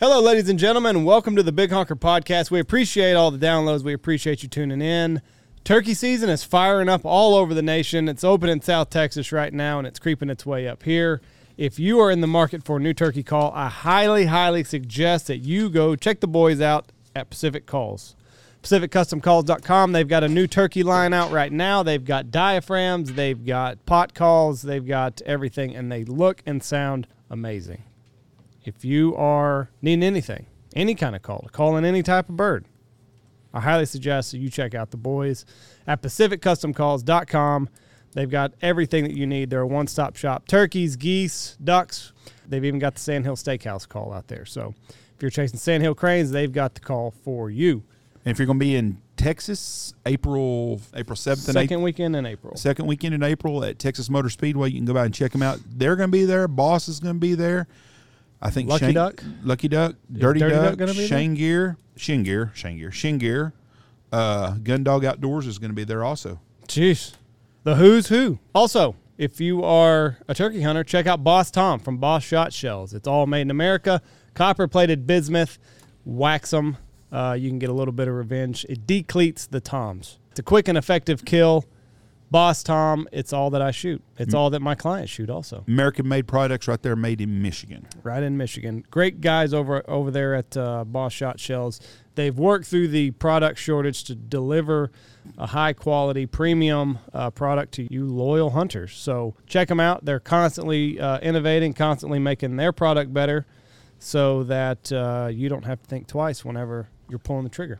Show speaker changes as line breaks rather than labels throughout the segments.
Hello, ladies and gentlemen. Welcome to the Big Honker Podcast. We appreciate all the downloads. We appreciate you tuning in. Turkey season is firing up all over the nation. It's open in South Texas right now, and it's creeping its way up here. If you are in the market for a new turkey call, I highly, highly suggest that you go check the boys out at Pacific Calls. PacificCustomCalls.com. They've got a new turkey line out right now. They've got diaphragms, they've got pot calls, they've got everything, and they look and sound amazing if you are needing anything, any kind of call, calling any type of bird, I highly suggest that you check out the boys at PacificCustomCalls.com. They've got everything that you need. They're a one stop shop turkeys, geese, ducks. They've even got the Sandhill Steakhouse call out there. So if you're chasing Sandhill Cranes, they've got the call for you.
And if you're going to be in Texas, April April seventh and
Second
eighth,
weekend in April.
second weekend in April at Texas Motor Speedway, you can go by and check them out. They're going to be there. Boss is going to be there. I think
Lucky
Shane-
Duck?
Lucky Duck, Dirty,
Dirty Duck
Duck,
gonna be there?
Shane Gear, Shin Gear, Shane Gear, Shin Gear, uh, Gun Dog Outdoors is going to be there also.
Jeez. The who's who. Also, if you are a turkey hunter, check out Boss Tom from Boss Shot Shells. It's all made in America, copper plated bismuth. Wax them. Uh, you can get a little bit of revenge. It decleats the toms. It's a quick and effective kill. Boss Tom, it's all that I shoot. It's all that my clients shoot also.
American made products right there, made in Michigan.
Right in Michigan. Great guys over over there at uh, Boss Shot Shells. They've worked through the product shortage to deliver a high quality premium uh, product to you loyal hunters. So check them out. They're constantly uh, innovating, constantly making their product better so that uh, you don't have to think twice whenever you're pulling the trigger.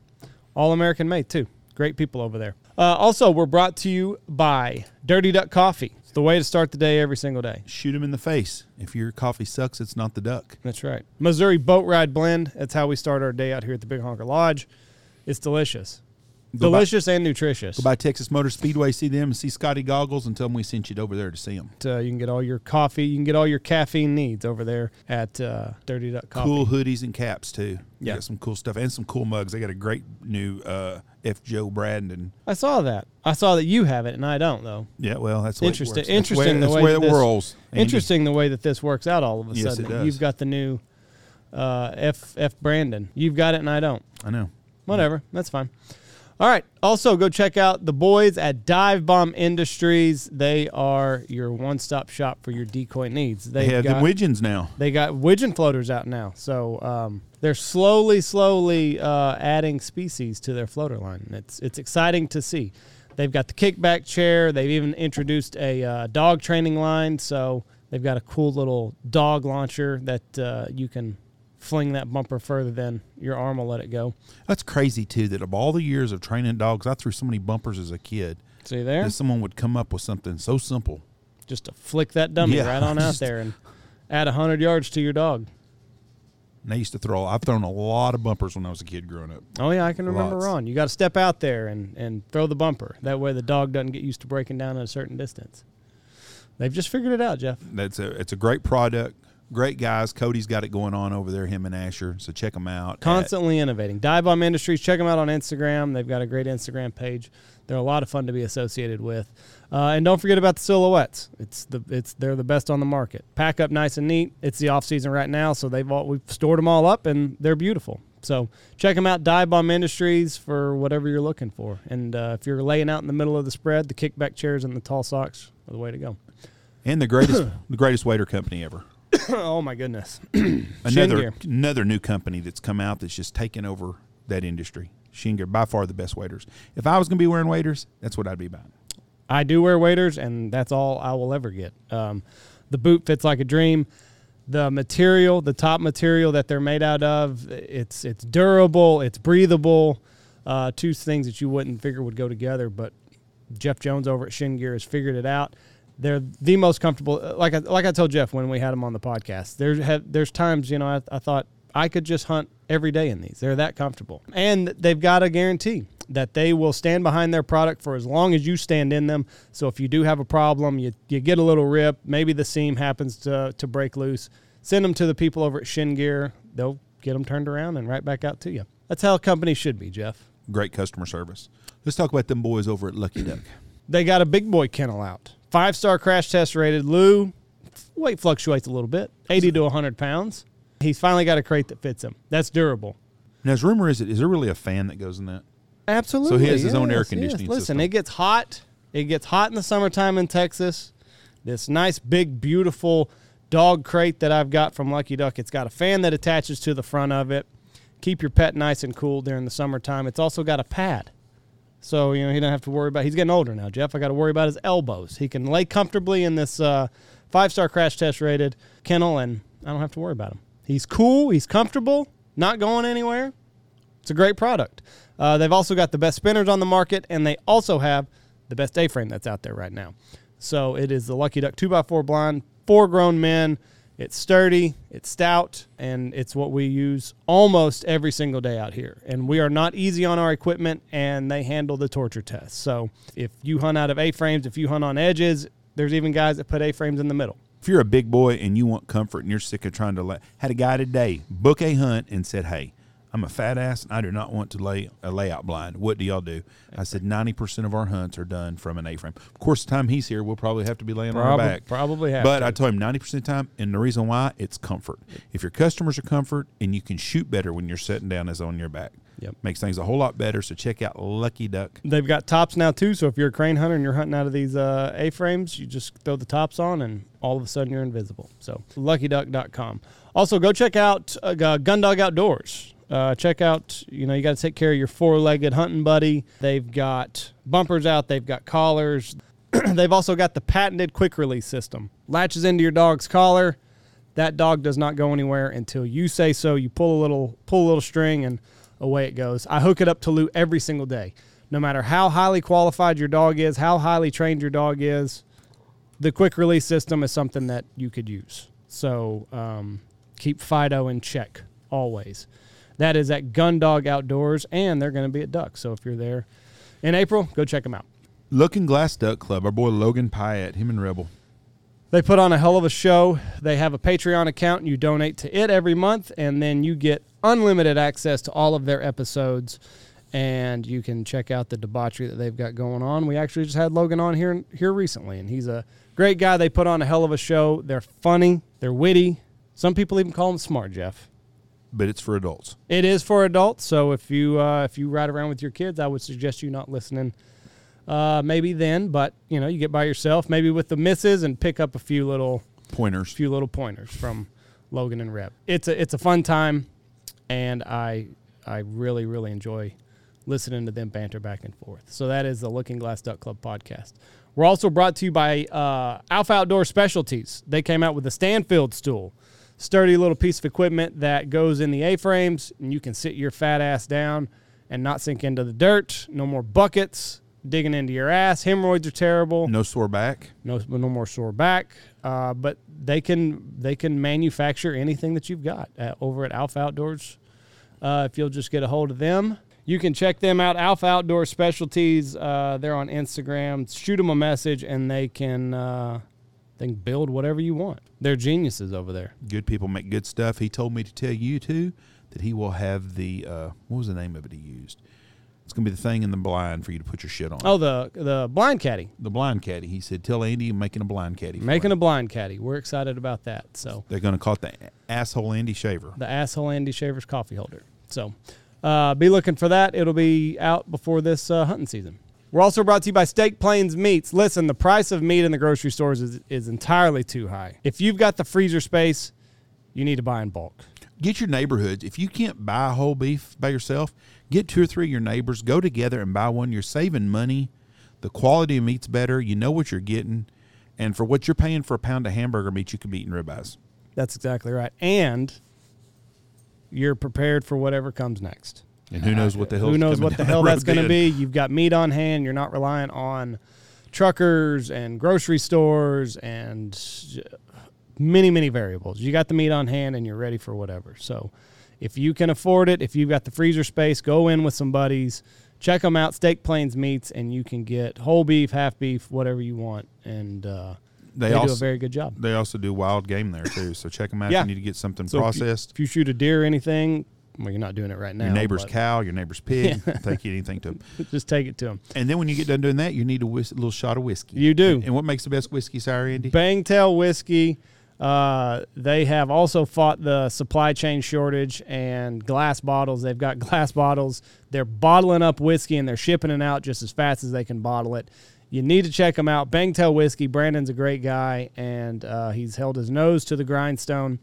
All American made, too. Great people over there. Uh, also, we're brought to you by Dirty Duck Coffee. It's the way to start the day every single day.
Shoot them in the face. If your coffee sucks, it's not the duck.
That's right. Missouri Boat Ride Blend. That's how we start our day out here at the Big Honker Lodge. It's delicious.
Go by-
delicious and nutritious.
By Texas Motor Speedway, see them and see Scotty Goggles and tell them we sent you over there to see them.
Uh, you can get all your coffee. You can get all your caffeine needs over there at uh, Dirty Duck Coffee.
cool hoodies and caps too. They
Yeah.
got some cool stuff and some cool mugs. They got a great new uh, F. Joe Brandon.
I saw that. I saw that you have it and I don't though.
Yeah, well, that's the way it
Interesting-
works.
interesting the
That's
way
the way,
that
that's
this-
it rolls. Andy.
Interesting the way that this works out. All of a
Yes,
sudden,
it does.
you've got the new uh, F F Brandon. You've got it and I don't.
I know.
Whatever. That's fine. All right. Also, go check out the boys at Dive Bomb Industries. They are your one stop shop for your decoy needs.
They have
got,
them widgeons now.
They got widgeon floaters out now. So um, they're slowly, slowly uh, adding species to their floater line. It's, it's exciting to see. They've got the kickback chair. They've even introduced a uh, dog training line. So they've got a cool little dog launcher that uh, you can fling that bumper further than your arm will let it go.
That's crazy too. That of all the years of training dogs, I threw so many bumpers as a kid.
See there?
That someone would come up with something so simple.
just to flick that dummy
Yeah,
right on out
just-
there and add 100 yards to your dog.
And I used to throw. I've thrown a lot of bumpers when I was a kid growing up.
Oh, yeah, I can remember
Lots.
Ron. You got to step out there and, and throw the bumper. That way the dog doesn't get used to breaking down at a certain distance. They've just figured it out, Jeff.
That's a. It's a great product. Great guys. Cody's got it going on over there. Him and Asher. So check them out. at-
Constantly innovating. Dive Bomb Industries, check them out on Instagram. They've got a great Instagram page. They're a lot of fun to be associated with. Uh, and don't forget about the silhouettes. It's the it's they're the best on the market. Pack up nice and neat. It's the off season right now, so they've all, we've stored them all up and they're beautiful. So check them out, Dive Bomb Industries for whatever you're looking for. And uh, if you're laying out in the middle of the spread, the kickback chairs and the tall socks are the way to go.
and the greatest, the greatest waiter company ever.
oh my goodness,
another
Shingear.
another new company that's come out that's just taken over that industry. Shinger, by far the best waiters. If I was going to be wearing waiters, that's what I'd be buying.
I do wear waders, and that's all I will ever get. Um, the boot fits like a dream. The material, the top material that they're made out of, it's it's durable, it's breathable. Uh, two things that you wouldn't figure would go together, but Jeff Jones over at Shin Gear has figured it out. They're the most comfortable. uh, Like I, like I told Jeff when we had him on the podcast. There's have, there's times you know I, I thought I could just hunt every day in these. They're that comfortable, and they've got a guarantee that they will stand behind their product for as long as you stand in them. So if you do have a problem, you you get a little rip, maybe the seam happens to to break loose. Send them to the people over at Shin Gear. They'll get them turned around and right back out to you. That's how companies should be, Jeff.
Great customer service. Let's talk about them boys over at Lucky Duck.
they got a big boy kennel out. Five star crash test rated. Lou, weight fluctuates a little bit, 80 to 100 pounds. he's finally got a crate that fits him. That's durable.
Now, his rumor is, it is there really a fan that goes in that?
Absolutely.
has his own air conditioning
Listen,
system.
it gets hot. It gets hot in the summertime in Texas. This nice, big, beautiful dog crate that I've got from Lucky Duck. It's got a fan that attaches to the front of it. Keep your pet nice and cool during the summertime. It's also got a pad. So, you know, he doesn't have to worry about he's getting older now, Jeff. I gotta worry about his elbows. He can lay comfortably in this uh, five star crash test rated kennel and I don't have to worry about him. He's cool, he's comfortable, not going anywhere. It's a great product. Uh, they've also got the best spinners on the market, and they also have the best A frame that's out there right now. So it is the Lucky Duck 2x4 blind, four grown men. It's sturdy, it's stout, and it's what we use almost every single day out here. And we are not easy on our equipment, and they handle the torture test. So if you hunt out of A frames, if you hunt on edges, there's even guys that put A frames in the middle.
If you're a big boy and you want comfort and you're sick of trying to lay, had a guy today book a hunt and said, "Hey, I'm a fat ass and I do not want to lay a layout blind. What do y'all do?" I said, "90% of our hunts are done from an A-frame. Of course, the time he's here, we'll probably have to be laying on
Probab-
our back.
probably have
But
to.
I told him 90% of the time, and the reason why it's comfort. If your customers are comfort and you can shoot better when you're sitting down as on your back,
Yep.
makes things a whole lot better. So check out Lucky Duck.
They've got tops now too, so if you're a crane hunter and you're hunting out of these uh, A-frames, you just throw the tops on, and all of a sudden you're invisible. So LuckyDuck.com. Also, go check out uh, Gu- Gun Dog Outdoors. Uh, check out, you know, you got to take care of your four-legged hunting buddy. They've got bumpers out. They've got collars. they've also got the patented quick release system. Latches into your dog's collar. That dog does not go anywhere until you say so. You pull a little pull a little string and away it goes. I hook it up to Lou every single day. No matter how highly qualified your dog is, how highly trained your dog is, the quick release system is something that you could use. So um, keep Fido in check always. That is at Gun Dog Outdoors, and they're going to be at Duck. So if you're there in April, go check them out.
Looking Glass Duck Club. Our boy Logan Pyatt, him and Rebel.
They put on a hell of a show. They have a Patreon account. You donate to it every month, and then you get unlimited access to all of their episodes. And you can check out the debauchery that they've got going on. We actually just had Logan on here here recently, and he's a great guy. They put on a hell of a show. They're funny. They're witty. Some people even call them smart, Jeff.
But it's for adults.
It is for adults, so if you uh, if you ride around with your kids, I would suggest you not listening. Uh, maybe then, but you know, you get by yourself, maybe with the misses, and pick up a few little
Pointers.
few little pointers from Logan and Rep. It's a it's a fun time, and I I really really enjoy listening to them banter back and forth. So that is the Looking Glass Duck Club podcast. We're also brought to you by uh, Alpha Outdoor Specialties. They came out with the Stanfield stool, sturdy little piece of equipment that goes in the A frames, and you can sit your fat ass down and not sink into the dirt. No more buckets digging into your ass. Hemorrhoids are terrible
No sore back.
no no more sore back. Uh, but they can they can manufacture anything that you've got at, over at Alpha Outdoors. Uh, if you'll just get a hold of them, you can check them out. Alpha Outdoor Specialties. Uh, they're on Instagram. Shoot them a message, and they can uh, they can build whatever you want. They're geniuses over there.
good people make good stuff. He told me to tell you too that he will have the uh, what was the name of it he used? It's gonna be the thing in the blind for you to put your shit on.
Oh, the the blind caddy
The blind caddy. He said, "Tell Andy I'm making a blind caddy. for
making
him."
a blind caddy. We're excited about that. So
They're gonna call it the asshole Andy Shaver.
the asshole Andy Shaver's coffee holder. So uh, be looking for that. It'll be out before this uh, hunting season. We're also brought to you by Steak Plains Meats. Listen, the price of meat in the grocery stores is, is entirely too high. If you've got the freezer space, you need to buy in bulk.
Get your neighborhoods. If you can't buy whole beef by yourself, get two or three of your neighbors. Go together and buy one. You're saving money. The quality of meat's better. You know what you're getting. And for what you're paying for a pound of hamburger meat, you can be eating ribeyes.
That's exactly right. And you're prepared for whatever comes next.
And who knows what the hell?
Who knows what the hell that's going to be? You've got meat on hand. You're not reliant on truckers and grocery stores and many, many variables. You got the meat on hand and you're ready for whatever. So if you can afford it, if you've got the freezer space, go in with some buddies, check them out, Steak Plains Meats, and you can get whole beef, half beef, whatever you want. And uh,
They
they, do
also-
a very good job.
They also do wild game there too, so check them out
Yeah.
if you need to get something
So if you-
processed.
If you shoot a deer or anything, well, you're not doing it right now.
Your neighbor's
but
cow, your neighbor's pig, take you anything to them.
Just take it to them.
And then when you get done doing that, you need a whis- little shot of whiskey.
You do.
And what makes the best whiskey sour, Andy?
Bangtail whiskey. Uh, they have also fought the supply chain shortage and glass bottles. They've got glass bottles. They're bottling up whiskey and they're shipping it out just as fast as they can bottle it. You need to check them out. Bangtail Whiskey. Brandon's a great guy, and uh, he's held his nose to the grindstone,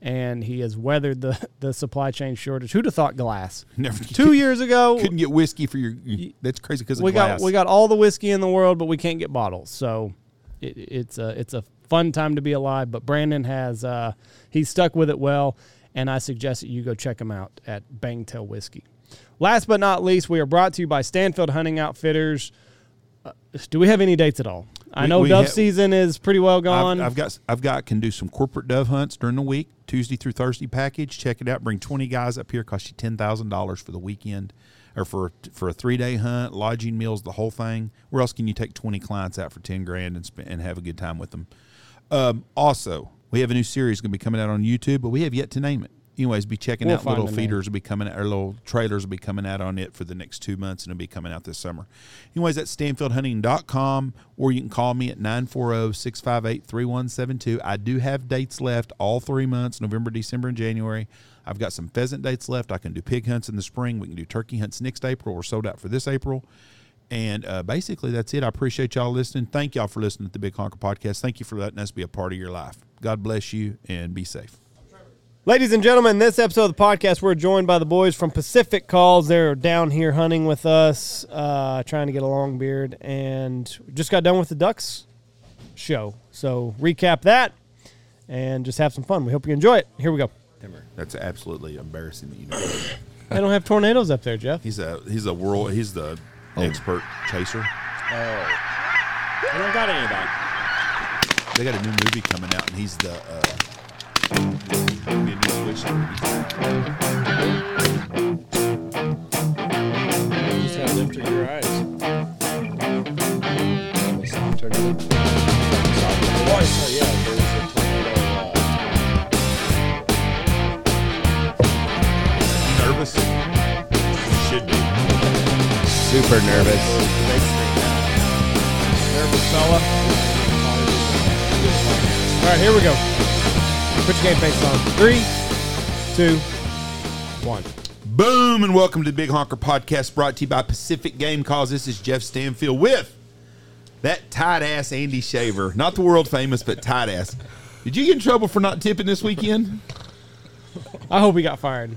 and he has weathered the, the supply chain shortage. Who'd have thought glass?
Never
Two years ago,
couldn't get whiskey for your. That's crazy because
we
glass.
got we got all the whiskey in the world, but we can't get bottles. So it, it's a it's a fun time to be alive. But Brandon has uh, he's stuck with it well, and I suggest that you go check him out at Bangtail Whiskey. Last but not least, we are brought to you by Stanfield Hunting Outfitters. Uh, do we have any dates at all? I
We-
know
we
dove
ha-
season is pretty well gone.
I've, I've got I've got can do some corporate dove hunts during the week, Tuesday through Thursday package. Check it out. Bring twenty guys up here. Cost you ten thousand dollars for the weekend, or for for a three day hunt, lodging, meals, the whole thing. Where else can you take twenty clients out for ten grand and spend, and have a good time with them? Um, also, we have a new series going to be coming out on YouTube, but we have yet to name it. Anyways, be checking
We'll
out
find
little
the name.
feeders will be coming out, or little trailers will be coming out on it for the next two months, and it'll be coming out this summer. Anyways, that's stanfieldhunting.com, or you can call me at 940 658 3172. I do have dates left all three months November, December, and January. I've got some pheasant dates left. I can do pig hunts in the spring. We can do turkey hunts next April. We're sold out for this April. And uh, basically, that's it. I appreciate y'all listening. Thank y'all for listening to the Big Honker Podcast. Thank you for letting us be a part of your life. God bless you and be safe.
Ladies and gentlemen, in this episode of the podcast, we're joined by the boys from Pacific Calls. They're down here hunting with us, uh, trying to get a long beard, and we just got done with the Ducks show. So recap that and just have some fun. We hope you enjoy it. Here we go.
That's absolutely embarrassing that you know.
They don't have tornadoes up there, Jeff.
He's a he's a world he's the expert chaser.
I don't got any of that.
They got a new movie coming out, and he's the. Uh,
You just gotta live through your eyes.
nervous. Should be.
Super nervous.
All right, here we go. Put your game face on. Three, two, one.
Boom, and welcome to the Big Honker Podcast, brought to you by Pacific Game Calls. This is Jeff Stanfield with that tight ass Andy Shaver, not the world famous, but tight ass. Did you get in trouble for not tipping this weekend?
I hope he got fired.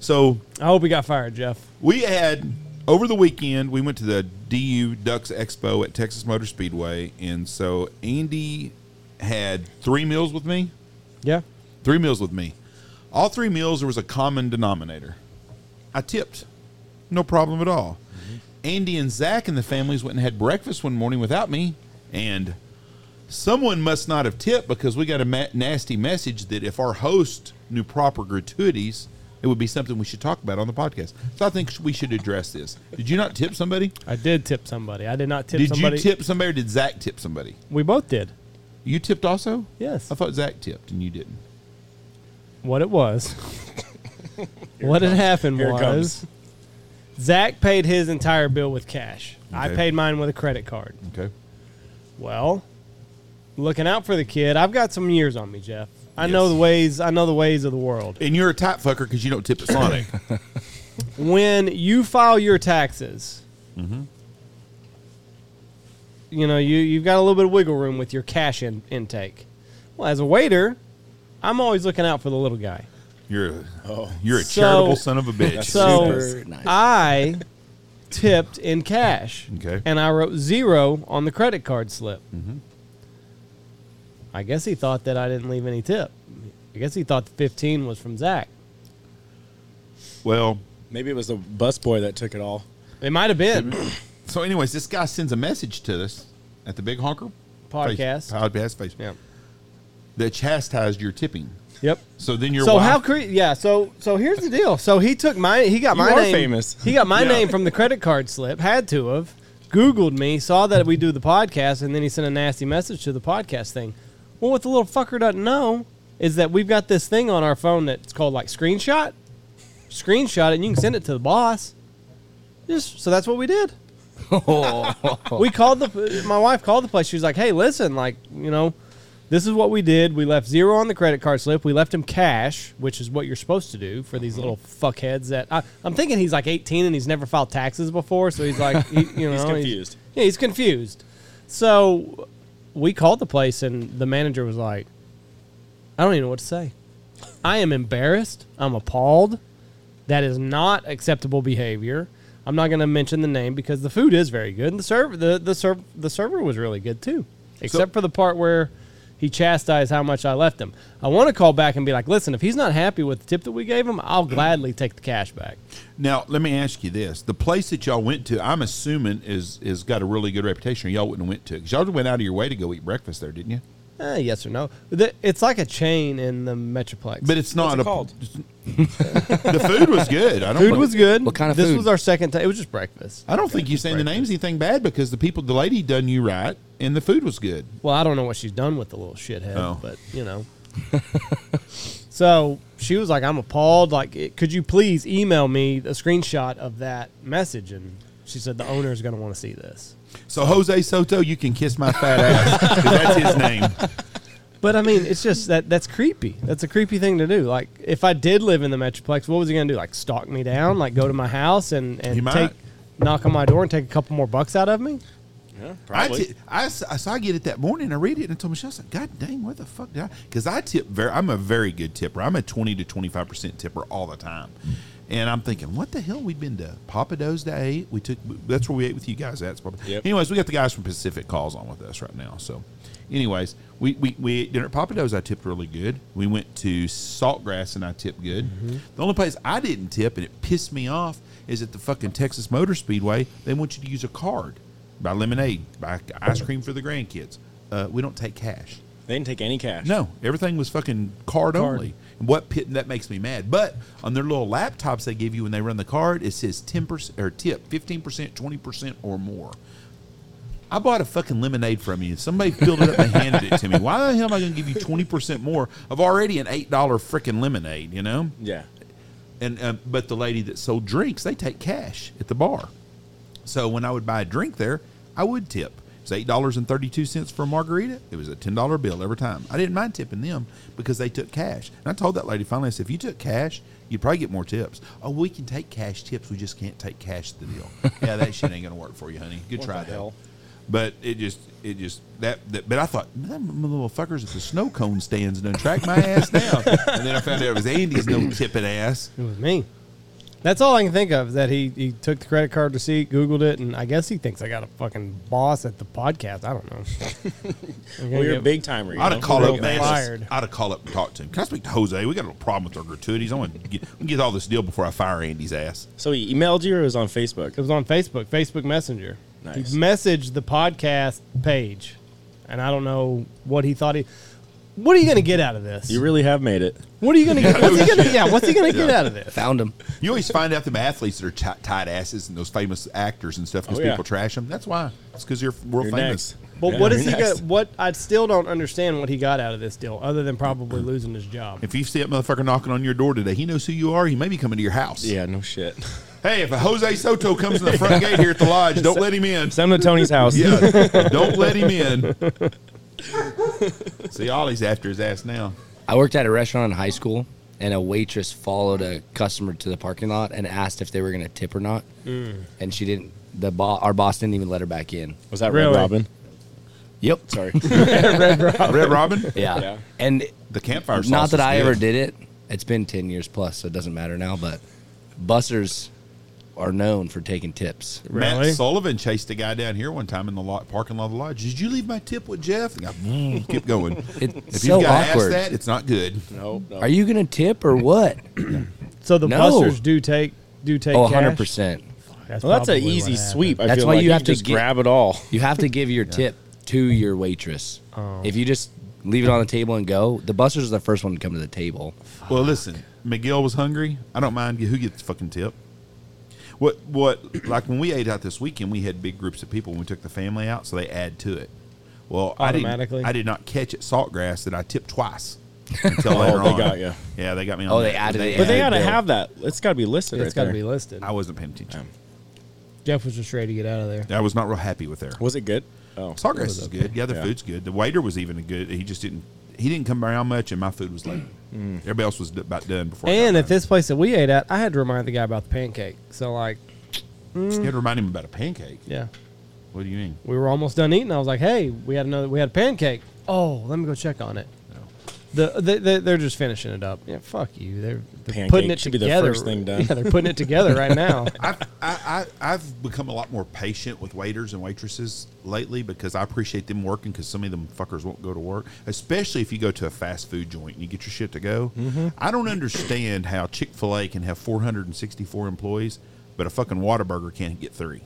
So
I hope he got fired, Jeff.
We had over the weekend. We went to the DU Ducks Expo at Texas Motor Speedway, and so Andy had three meals with me.
Yeah.
Three meals with me. All three meals there was a common denominator. I tipped, no problem at all.
Mm-hmm.
Andy and Zach and the families went and had breakfast one morning without me, and someone must not have tipped because we got a ma- nasty message that if our host knew proper gratuities, it would be something we should talk about on the podcast. So I think we should address this. Did you not tip somebody?
I did tip somebody. I did not tip
Did
somebody.
you tip somebody or did Zach tip somebody?
We both did.
You tipped also?
Yes.
I thought Zach tipped and you didn't.
what it was. what had happened
Here it
was Zach paid his entire bill with cash. I
Okay.
paid mine with a credit card.
Okay.
Well, looking out for the kid, I've got some years on me, Jeff. I know
Yes.
the ways. I know the ways of the world.
And you're a tight fucker because you don't tip at Sonic.
When you file your taxes, you know you you've got a little bit of wiggle room with your cash in, intake. Well, as a waiter, I'm always looking out for the little guy.
you're a,
Oh.
you're a
So-
charitable son of a bitch.
So
Super nice.
I tipped in cash.
Okay.
And I wrote zero on the credit card slip. I guess he thought that I didn't leave any tip. I guess he thought the 15 was from Zach.
well,
Maybe it was the bus boy that took it all.
It might have been.
so anyways, this guy sends a message to us at the Big Honker
Podcast.
face, podcast Facebook
yeah.
that chastised your tipping.
Yep.
So then your
so
wife,
how cre- yeah so so here's the deal so he took my he got
You
my
are
name
famous.
he got my
Yeah.
name from the credit card slip had to have googled me saw that we do the podcast and then he sent a nasty message to the podcast thing well what the little fucker doesn't know is that we've got this thing on our phone that's called like screenshot screenshot it and you can send it to the boss just so that's what we did we called the my wife called the place she was like hey listen like you know This is what we did. We left zero on the credit card slip. We left him cash, which is what you're supposed to do for these little fuckheads. That I, I'm thinking he's like 18 and he's never filed taxes before, so he's like, he, you know,
confused.
yeah, he's confused. So we called the place, and the manager was like, "I don't even know what to say. I am embarrassed. I'm appalled. That is not acceptable behavior. I'm not going to mention the name because the food is very good, and the server the the serv- the server was really good too, except for the part where he chastised how much I left him. I want to call back and be like, listen, if he's not happy with the tip that we gave him, I'll gladly take the cash back.
Now, let me ask you this: the place that y'all went to, I'm assuming, is is got a really good reputation. Or y'all wouldn't have went to because y'all went out of your way to go eat breakfast there, didn't you?
Eh, yes or no? The- It's like a chain in the metroplex.
But it's not
What's it
a,
called?
The food was good. I don't.
food
think-
was good.
What kind of
This
food?
was our second time. It was just breakfast.
I don't think you're saying the name's anything bad because the people, the lady done you right, and the food was good.
Well, I don't know what she's done with the little shithead,
Oh.
but you know. so she was like, "I'm appalled. Like, it- could you please email me a screenshot of that message?" And she said, "The owner is going to want to see this."
So Jose Soto, you can kiss my fat ass. 'cause that's his name.
But I mean, it's just that that's creepy. That's a creepy thing to do. Like, if I did live in the metroplex, what was he going to do? Like, stalk me down? Like, go to my house and
He
and
might.
take knock on my door and take a couple more bucks out of me?
Yeah,
I
probably.
ti- I s- I saw I get it that morning. I read it and I told Michelle, I said, "God dang, where the fuck did I?" Because I tip very. I'm a very good tipper. I'm a twenty to twenty five percent tipper all the time. And I'm thinking, what the hell? We've been to Papa Do's to eight. We took that's where we ate with you guys. That's Papa.
Yep.
Anyways, we got the guys from Pacific Calls on with us right now. So, anyways, we we, we ate dinner at Papa Do's. I tipped really good. We went to Saltgrass and I tipped good. The only place I didn't tip and it pissed me off is at the fucking Texas Motor Speedway. They want you to use a card buy lemonade, buy ice cream for the grandkids. Uh, we don't take cash.
they didn't take any cash.
No, everything was fucking card, only. And what pit that makes me mad. But on their little laptops they give you when they run the card, it says ten percent or tip fifteen percent, twenty percent, or more. I bought a fucking lemonade from you. Somebody filled it up and handed it to me. Why the hell am I going to give you twenty percent more of already an eight dollar freaking lemonade? You know.
Yeah.
And um, but the lady that sold drinks, they take cash at the bar. So when I would buy a drink there, I would tip. It was eight dollars and thirty two cents for a margarita. It was a ten dollar bill every time. I didn't mind tipping them because they took cash. And I told that lady finally, I said, if you took cash, you'd probably get more tips. Oh, we can take cash tips. We just can't take cash at the deal. yeah, that shit ain't gonna work for you, honey. Good
What
try
the
though.
hell?
But it just, it just that, that. But I thought, man, them little fuckers at the snow cone stands done track my ass down. and then I found out it was Andy's no tipping ass.
It was me. That's all I can think of. is That he he took the credit card receipt, googled it, and I guess he thinks I got a fucking boss at the podcast. I don't know. I'm gonna
Well, you're a
get-
big timer. you
I'd
know?
have called up
get
Mantis.
fired.
I'd have called up and talked to him. Can I speak to Jose? We got a little problem with our gratuities. I want to get, we can get all this deal before I fire Andy's ass.
So he emailed you or it was on Facebook?
It was on Facebook, Facebook Messenger.
Nice.
He messaged the podcast page, and I don't know what he thought he. What are you going to get out of this?
You really have made it.
what are you going to get? What's he going to? Yeah, what's he going to get out of this?
Found him.
You always find out them athletes that are ti tight asses and those famous actors and stuff because
Oh, yeah.
people trash them. That's why. It's because you're world
You're
famous.
next.
But
Yeah,
what
you're
is he?
next.
Got, what I still don't understand what he got out of this deal, other than probably losing his job.
If you see that motherfucker knocking on your door today, he knows who you are. He may be coming to your house.
Yeah, no shit.
Hey, if a Jose Soto comes in the front gate here at the lodge, don't let him in.
Send him to Tony's house.
Yeah, don't let him in. See, Ollie's after his ass now.
I worked at a restaurant in high school, and a waitress followed a customer to the parking lot and asked if they were going to tip or not. And she didn't. The bo- our boss didn't even let her back in.
Was that
Really?
Red Robin?
Yep.
Sorry.
Red Robin,
Yeah.
Yeah.
And
the campfire.
not
sauce
that
is
I
good.
ever did it. It's been ten years plus, so it doesn't matter now. But busters are known for taking tips.
Really?
Matt Sullivan chased a guy down here one time in the lot, parking lot of the lodge. Did you leave my tip with Jeff? And I, "Mm,
Mm.
keep going. if
It's so
you've got to ask
awkward.
that, it's not good.
no, no.
Are you going to tip or what?
So the
No.
busters do take do take.
Oh,
cash?
100%.
That's
Well, that's an
probably what
easy
happened.
sweep. I
That's
feel
why
like
you have to
just
get-
grab it all.
You have to give your tip to your waitress.
Oh.
If you just leave it on the table and go, the busters are the first one to come to the table.
Well, listen, McGill was hungry. I don't mind who gets the fucking tip. What what like when we ate out this weekend, we had big groups of people. and We took the family out, so they add to it. Well, I
Automatically?
didn't, I did not catch at Saltgrass that I tipped twice. Until
Oh,
later
they
on.
got ya.
Yeah, they got me. On
Oh, they
that.
added it
But they
Yeah,
gotta
Bill.
have that. It's gotta be listed.
It's
right
got to be
there.
listed.
I wasn't paying attention.
Jeff was just ready to get out of there.
I was not real happy with her.
Was it good? Oh,
Sawgrass is good. Yeah, the
Yeah.
food's good. The waiter was even a good. He just didn't. He didn't come around much, and my food was late. Everybody else was d- about done before. I got
And at
mine.
this place that we ate at, I had to remind the guy about the pancake. So like,
you had to remind him about a pancake.
yeah,
What do you mean?
we were almost done eating. I was like, hey, we had another, we had a pancake. Oh, let me go check on it. The, the, the, they're just finishing it up. Yeah, fuck you. They're, they're
Pancake
putting it
should be the
together.
first thing done.
Yeah, they're putting it together right now.
I've, I, I, I've become a lot more patient with waiters and waitresses lately because I appreciate them working because some of them fuckers won't go to work, especially if you go to a fast food joint and you get your shit to go. I don't understand how Chick fil A can have 464 employees, but a fucking Whataburger can't get three.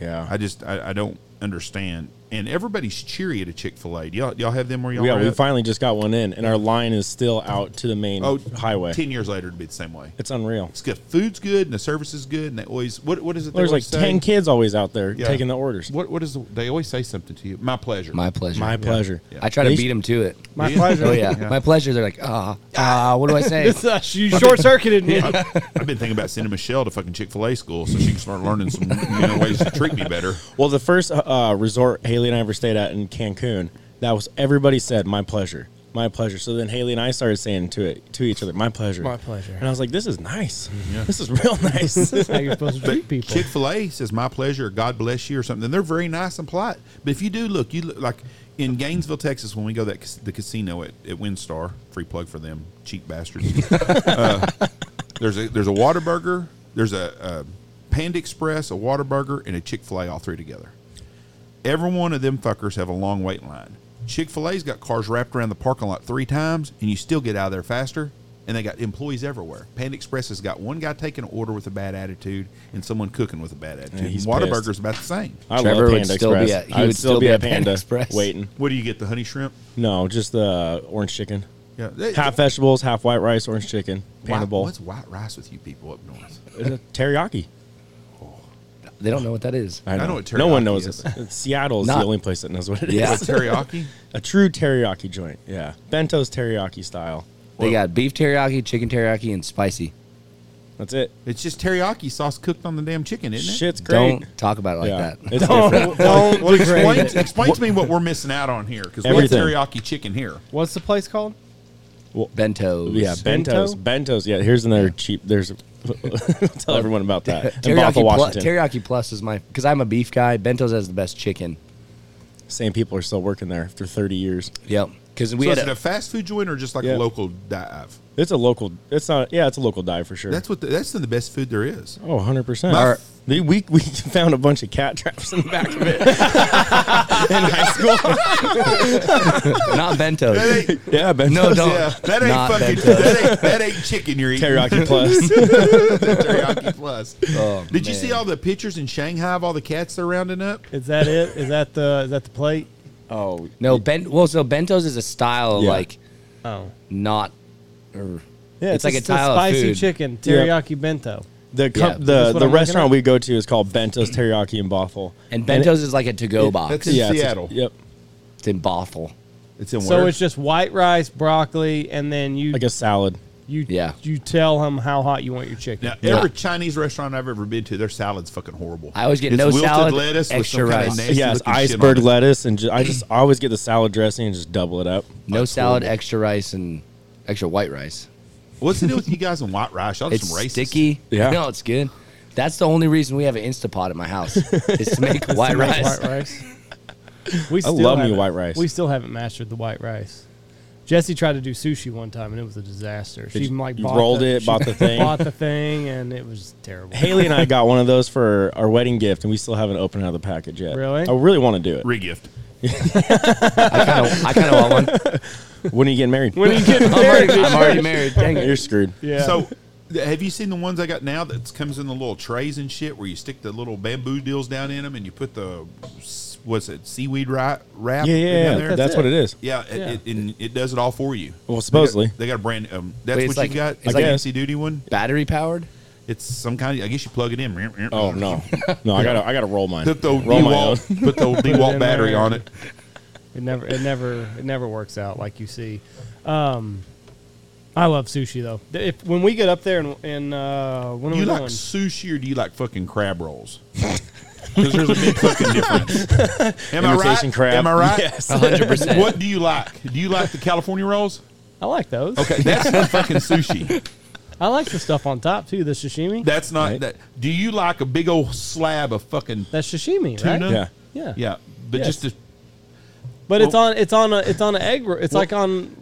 Yeah.
I just, I, I don't understand. And everybody's cheery at a Chick fil A. Y'all, y'all have them where y'all
yeah,
are
we
at?
finally just got one in, and our line is still out to the main
oh,
highway.
10 years later, it'd be the same way.
It's unreal.
It's good. Food's good and the service is good. And they always, what, what is it? they
There's like
always say?
ten kids always out there
Yeah.
taking the orders.
What what is the, they always say something to you? My pleasure.
My pleasure.
My pleasure.
Yeah.
I try
They
to
sh-
beat them to it.
My
Yeah.
pleasure.
Oh yeah.
Yeah.
my pleasure. They're like, ah, ah, what do I say?
It's uh, you short circuited me.
I've been thinking about sending Michelle to fucking Chick Fil A school so she can start learning some you know, ways to treat me better.
Well, the first uh, resort Haley and I ever stayed at in Cancun, that was everybody said, "My pleasure, my pleasure." So then Haley and I started saying to it to each other, "My pleasure,
My pleasure."
And I was like, "This is nice. This is real nice."
How you're supposed to treat people.
Chick Fil A says "My pleasure," or "God bless you," or something. They're very nice and polite. But if you do look, you look like in Gainesville, Texas, when we go to that cas- the casino at, at WinStar, free plug for them, cheap bastards. uh, there's a there's a Waterburger, there's a, a Panda Express, a Waterburger, and a Chick Fil A, all three together. Every one of them fuckers have a long wait line. Chick Fil A's got cars wrapped around the parking lot three times, and you still get out of there faster. And they got employees everywhere. Panda Express has got one guy taking an order with a bad attitude and someone cooking with a bad attitude.
Yeah, he's
and Whataburger's about the same.
I love
Trevor would
Panda
still be
Express.
at- he
I would still be at Panda
Express.
waiting.
What do you get? The honey shrimp?
No, just the orange chicken,
Yeah, they-
half vegetables, half white rice, orange chicken,
Why-
Panda bowl,
What's white rice with you people up north?
It's a teriyaki.
they don't know what that is.
I know what
No one
teriyaki
knows
is.
this. It's- Seattle is
Not-
the only place that knows what it is.
Yeah.
What, teriyaki?
A true teriyaki joint. Yeah. Bento's teriyaki style.
They got beef teriyaki, chicken teriyaki, and spicy.
That's it.
It's just teriyaki sauce cooked on the damn chicken, isn't it?
Shit's great.
Don't talk about it like
yeah.
that.
It's different.
Don't
Well,
degrade
explain,
it.
explain to me what we're missing out on here because we have
Everything.
teriyaki chicken here.
What's the place called?
Bentos.
Yeah, bentos. Bentos. Yeah, here's another cheap. There's. tell everyone about that. In
Uh, Teriyaki,
Bothell,
Plu-
Washington.
teriyaki plus is my because I'm a beef guy. Bentos has the best chicken.
Same people are still working there after 30 years.
Yep. Because we
So is
had
it
a,
a fast food joint or just like a
Yeah.
local dive?
It's a local. It's not. Yeah, it's a local dive for sure.
That's what the, that's the best food there is.
oh, 100 percent.
My-
We we found a bunch of cat traps in the back of it in high school.
not bentos.
That ain't,
yeah, bentos.
No, don't.
yeah, that ain't
Not
fucking
Bentos.
that ain't, that ain't chicken you're eating.
Teriyaki plus.
Teriyaki plus.
Oh,
Did you see
man.
all the pictures in Shanghai of all the cats they're rounding up?
Is that it? Is that the is that the plate?
oh,
No, ben. Well, so bentos is a style of
Yeah.
like
Oh,
not. Or,
yeah.
It's like
just
a tile of
spicy
food.
chicken
Yeah.
teriyaki bento.
the com-
Yeah,
that's what
the
I'm
the
looking
restaurant
at.
we go to is called Bentos Teriyaki in Bothell.
and
it-
bentos is like a to-go box.
that's it.
yeah, it's a-
Seattle.
yep.
It's in Bothell.
It's in
So
where?
it's just white rice, broccoli, and then you
Like a salad.
you
Yeah.
you tell them how hot you want your chicken.
now, every Chinese restaurant I've ever been to, their salad's fucking horrible.
I always get
It's
no
wilted
salad,
lettuce with
extra
some kind
rice.
of nasty
Yeah, it's
looking shit on
iceberg
it.
lettuce, and ju- I just I always get the salad dressing and just double it up.
No
That's
salad,
horrible.
extra rice, and extra white rice.
What's the deal with you guys and white rice? Y'all
It's
some racist.
sticky.
Yeah.
No, it's good. That's the only reason we have an Instapot at my house is to make white rice.
White rice. We still
love me
haven't-
white rice.
We still haven't mastered the white rice. Jesse tried to do sushi one time and it was a disaster. She
you-
even like
you
bought
rolled
the,
it,
she
bought the thing?
bought the thing, and it was terrible.
Haley and I got one of those for our wedding gift, and we still haven't opened it out of the package yet.
Really?
I really want to do it.
Regift.
I kind of, I kind of want one.
When are you getting married?
when you get
I'm already, I'm already married. Dang it.
You're screwed.
yeah.
So, th- have you seen the ones I got now that comes in the little trays and shit where you stick the little bamboo deals down in them and you put the s- what's it seaweed ra- wrap?
Yeah, yeah, yeah.
down
That's,
there?
it.
what it is.
yeah, it,
Yeah.
It, and it does it all for you.
Well, supposedly.
they got, they got a brand. Um, that's
Wait,
what
it's like-
you got.
it's
It's
like
like
a-
MC Duty one.
Battery powered.
It's some kind. Of, I guess you plug it in.
Oh no, no, I gotta I gotta roll mine.
Put the old
roll my own.
DeWalt, put the old
in
DeWalt
there.
battery on it.
It never, it never, it never works out like you see. Um, I love sushi though. If when we get up there and and uh, when are
You
we
like
going?
sushi or do you like fucking crab rolls? because there's a big fucking difference. Am I
Imitation
right?
crab.
Am I right?
Yes.
100%.
What do you like? Do you like the California rolls?
I like those.
Okay, that's not fucking sushi.
I like the stuff on top too. The sashimi.
That's not that. Do you like a big old slab of fucking
That's sashimi, right?
tuna?
Yeah.
Yeah.
yeah, but
Yes.
just a
But it's on. It's on a. It's on an egg. ro- It's like on.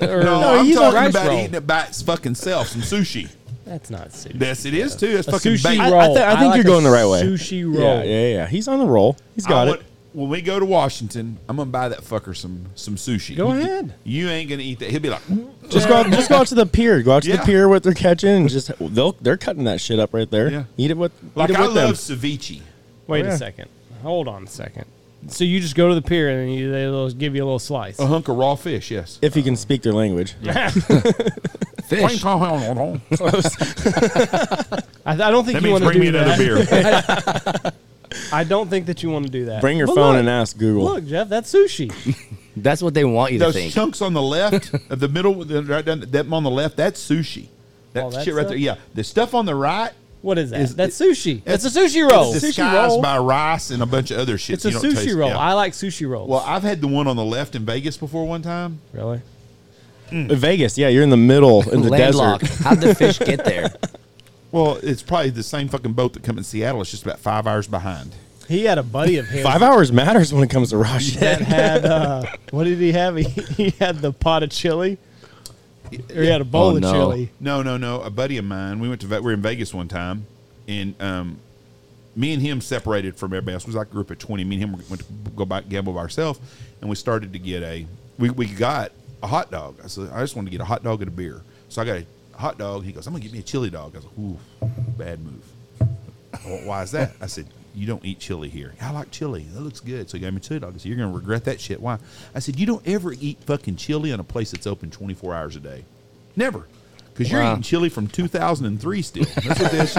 Or
no,
a
I'm
rice
talking
roll.
about eating it by its fucking self. Some sushi.
That's not sushi.
Yes, it is too. It's
A
fucking
sushi
bait.
roll.
I thi- I think
like
you're
a
going the right way.
Sushi roll.
Yeah, yeah, yeah. He's on the roll. He's
I
got
want-
it.
When we go to Washington, I'm gonna buy that fucker some some sushi.
Go ahead. Mm-hmm.
You ain't gonna eat that. He'll be like,
Just go, out, just go out to the pier. Go out to
Yeah.
the pier what they're catching, and just they'll they're cutting that shit up right there.
Yeah.
Eat it with
like
eat it
I
with
love
them.
ceviche.
Wait
Yeah.
a second. Hold on a second. So you just go to the pier and you, they'll give you a little slice.
A hunk of raw fish. Yes.
If you can speak their language,
Fish.
That
I, I don't think you
means
want to do
bring me another
that.
beer.
I don't think that you want to do that.
bring your
But
phone
look,
and ask Google.
Look, Jeff, that's sushi.
That's what they want you to
Those
think.
chunks on the left of the middle, the- right down them on the left, that's sushi. That
All that
shit right
stuff?
there. Yeah. The stuff on the right.
What is that?
Is-
that's sushi. That's a sushi roll.
It's
sushi
disguised
roll.
by rice and a bunch of other shit.
It's a
you don't
sushi
taste.
roll.
Yeah.
I like sushi rolls.
well, I've had the one on the left in Vegas before one time.
really?
Vegas, yeah, you're in the middle in the
Landlocked.
desert.
How'd the fish get there?
Well, it's probably the same fucking boat that come in Seattle. It's just about five hours behind.
He had a buddy of his.
Five hours matters when it comes to raw shit.
that had uh, what did he have? He, he had the pot of chili, or he had a bowl
Oh,
of
no.
chili.
No, no, no. A buddy of mine. We went to Ve- we were in Vegas one time, and um, me and him separated from everybody else. It was like a group of twenty. Me and him went to go back gamble by ourselves, and we started to get a we, we got a hot dog. I said I just wanted to get a hot dog and a beer, so I got a hot dog. He goes, I'm gonna get me a chili dog. I was like, ooh, bad move. Well, why is that? I said, you don't eat chili here. I like chili. That looks good. So he gave me chili dog. I said, you're going to regret that shit. Why? I said, you don't ever eat fucking chili in a place that's open 24 hours a day. Never. Because you're
Wow.
eating chili from 2003 still. That's what this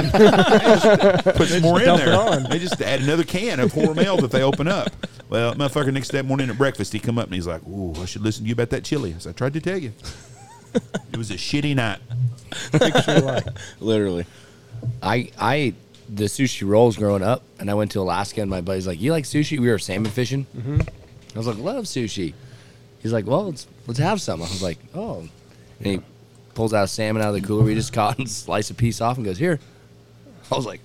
puts more in
dump it
there.
on.
They just add another can of Hormel that they open up. Well, motherfucker, next that morning at breakfast, he come up and he's like, ooh, I should listen to you about that chili. I said, I tried to tell you. It was a shitty night.
Picture like
Literally.
I I ate the sushi rolls growing up, and I went to Alaska, and my buddy's like, "You like sushi?" We were salmon fishing.
Mm-hmm.
I was like, "Love sushi." He's like, "Well, let's let's have some." I was like, "Oh," and he pulls out a salmon out of the cooler we just caught and slice a piece off and goes, "Here." I was like,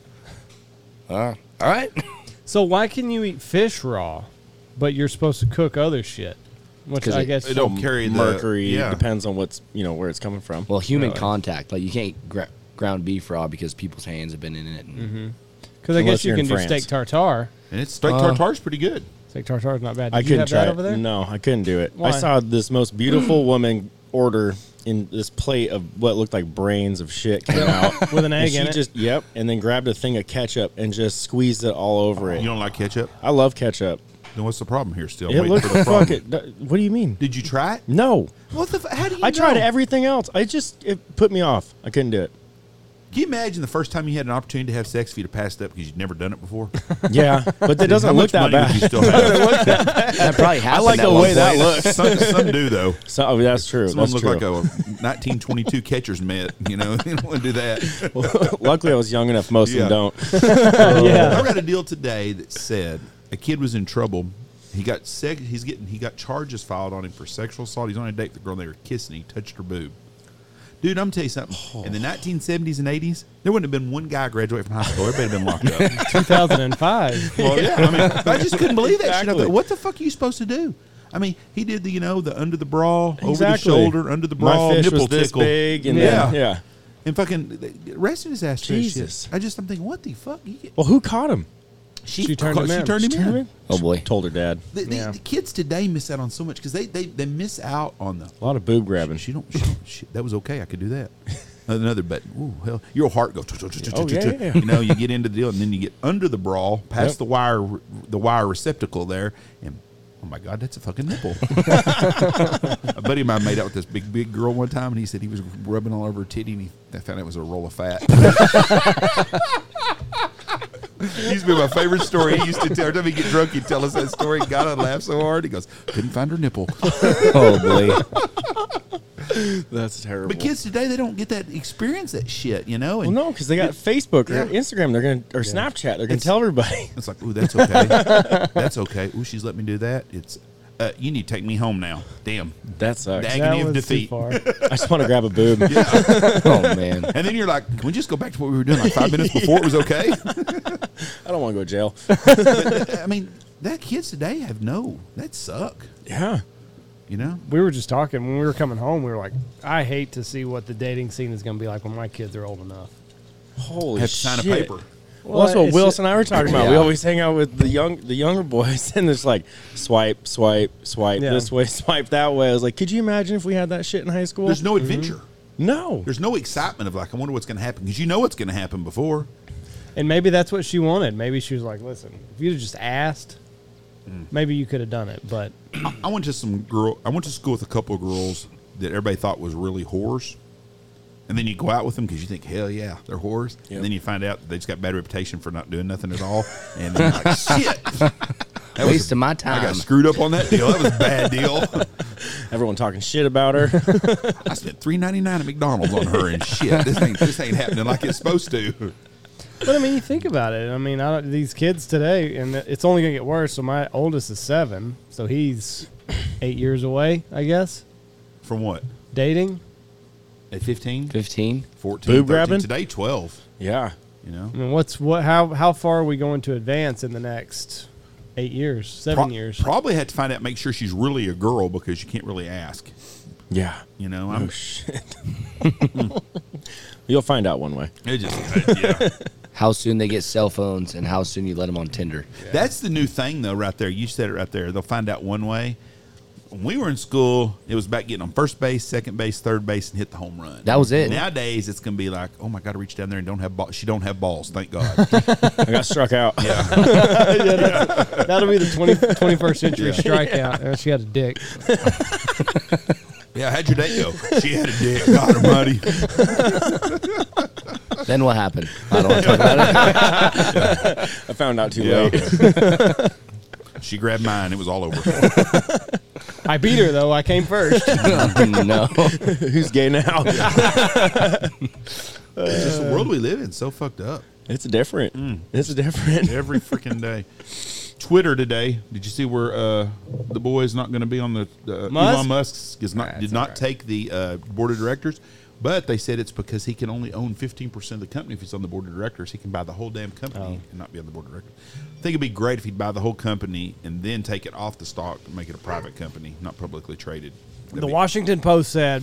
"Uh, all right."
so why can you eat fish raw, but you're supposed to cook other shit? Which
'Cause
I
it-
guess
it don't carry the
Mercury
Yeah.
depends on what's you know where it's coming from.
Well, human
Really?
contact, like you can't eat gra- ground beef raw because people's hands have been in it. And
Mm-hmm.
because I
Unless
guess you
you're
can
in
do
France.
steak tartar.
And it's steak
Uh,
tartare's pretty good.
Steak tartar is not bad. Did
I
you
couldn't
have
try
that
it.
over there.
No, I couldn't do it.
Why?
I saw this most beautiful woman order in this plate of what looked like brains of shit came out
With an
And
egg
she
in it.
just yep, and then grabbed a thing of ketchup and just squeezed it all over it.
You don't like ketchup?
I love ketchup.
Then what's the problem here still?
It
Waiting
looked
for the problem.
fucking. What do you mean?
Did you try it?
No,
What the? F- how do you?
I tried
know?
everything else. I just it put me off. I couldn't do it.
Can you imagine the first time you had an opportunity to have sex for you to pass it up because you'd never done it before?
Yeah, but it
How
doesn't
much
look that
money would you
bad.
still have?
that probably happened.
like
at
the
one
way that
point.
looks.
some, some do though.
So oh, that's true.
Some of
That's
them look
true.
like a 1922 catcher's mitt. You know, you don't want to do that.
Luckily, I was young enough. Most
Yeah. Uh,
of them don't.
I read a deal today that said a kid was in trouble. He got seg- he's getting he got charges filed on him for sexual assault. He's on a date with the girl and they were kissing. He touched her boob. Dude, I'm gonna tell you something. In the 1970s and 80s, there wouldn't have been one guy graduate from high school. Everybody would have been locked up.
2005.
Well, yeah. I mean, I just couldn't believe that shit. I
Exactly.
thought, what the fuck are you supposed to do? I mean, he did the you know the under the bra, over the
Exactly.
shoulder, under the bra,
My fish
nipple
was this
tickle,
big, and
yeah,
then, yeah.
and fucking the rest of his ass for that
Jesus.
Shit. I just I'm thinking, what the fuck? He get-
Well, who caught him?
She turned him
she
in.
Turned him
She
in.
turned him
Oh boy.
Told her dad.
The, the,
Yeah.
the kids today miss out on so much because they, they they miss out on the.
A lot of boob grabbing.
She don't. She don't she, that was okay. I could do that. Another button. Ooh, hell, your heart goes.
Oh, yeah, yeah, yeah.
You know, you get into the deal, and then you get under the bra, past
Yep.
the wire, the wire receptacle there, and oh my god, that's a fucking nipple. a buddy of mine made out with this big, big girl one time, and he said he was rubbing all over her titty, and he I found out it was a roll of fat. used to be my favorite story. He used to tell every time he get drunk, he'd tell us that story. God, I laugh so hard. He goes, couldn't find her nipple.
Oh boy.
That's terrible.
But kids today, they don't get that experience that shit, you know.
Well,
And
no, because they got Facebook or
Yeah.
Instagram. They're gonna or Snapchat. They're gonna
It's-
tell everybody.
it's like, ooh, that's okay. that's okay. Ooh, she's let me do that. It's, uh, you need to take me home now. Damn,
that sucks.
the
That
agony
was
of
too
defeat.
far.
I just want to grab a boob.
oh man.
And then you're like, can we just go back to what we were doing like five minutes before it was okay?
I don't want to go to jail.
But, I mean, that kids today have no. That suck.
Yeah.
You know.
We were just talking when we were coming home. We were like, I hate to see what the dating scene is going to be like when my kids are old enough.
Holy
have to sign a
shit.
paper.
Well, that's what
it's
Wilson
ju-
and I were talking about. We
Yeah.
always hang out with the young, the younger boys, and it's like swipe, swipe, swipe
Yeah.
this way, swipe that way. I was like, could you imagine if we had that shit in high school?
There's no adventure.
no.
There's no excitement of like, I wonder what's going to happen because you know what's going to happen before.
And maybe that's what she wanted. Maybe she was like, listen, if you'd have just asked, maybe you could have done it. But
I, I went to some girl. I went to school with a couple of girls that everybody thought was really whores, and then you go out with them because you think, hell yeah, they're whores,
Yep.
and then you find out that they just got bad reputation for not doing nothing at all, and then you're like, shit. That was
Waste of my
I
time.
got screwed up on that deal. That was a bad deal.
Everyone talking shit about her.
I spent three ninety nine at McDonald's on her and shit. This ain't this ain't happening like it's supposed to.
But I mean, you think about it. I mean, I don't, these kids today, and it's only going to get worse. So my oldest is seven, so he's eight years away, I guess.
From what?
Dating,
At 15?
Fifteen.
14, 13.
Boob grabbing?
Today, 12,
yeah.
you know?
I mean, what's what? How how far are we going to advance in the next eight years, seven
Pro-
years?
Probably had to find out, make sure she's really a girl because you can't really ask.
Yeah.
You know,
Oh
I'm
shit. You'll find out one way.
it just, yeah.
How soon they get cell phones and how soon you let them on Tinder.
That's the new thing, though, right there. You said it right there. They'll find out one way. When we were in school, it was about getting on first base, second base, third base, and hit the home run.
That was it.
Nowadays, it's gonna be like, oh my god, I reached down there and don't have ball. She don't have balls. Thank God.
I got struck out.
That'll be the 20, 21st century strikeout. Uh, she had a dick.
yeah, how'd your date go? She had a dick. God Almighty.
Then what happened? I don't want to talk about it.
I found out too late.
Yeah. she grabbed mine. It was all over.
I beat her though. I came first.
no. Uh,
Who's gay now?
It's just the world we live in. So fucked up.
It's different. It's different.
every freaking day. Twitter today. Did you see where uh, the boy is not going to be on the uh,
Musk?
Elon Musk is not did not take the uh, board of directors, but they said it's because he can only own fifteen percent of the company if he's on the board of directors. He can buy the whole damn company
Oh.
and not be on the board of directors. I think it'd be great if he'd buy the whole company and then take it off the stock and make it a private company, not publicly traded. That'd
the
be-
Washington Post said,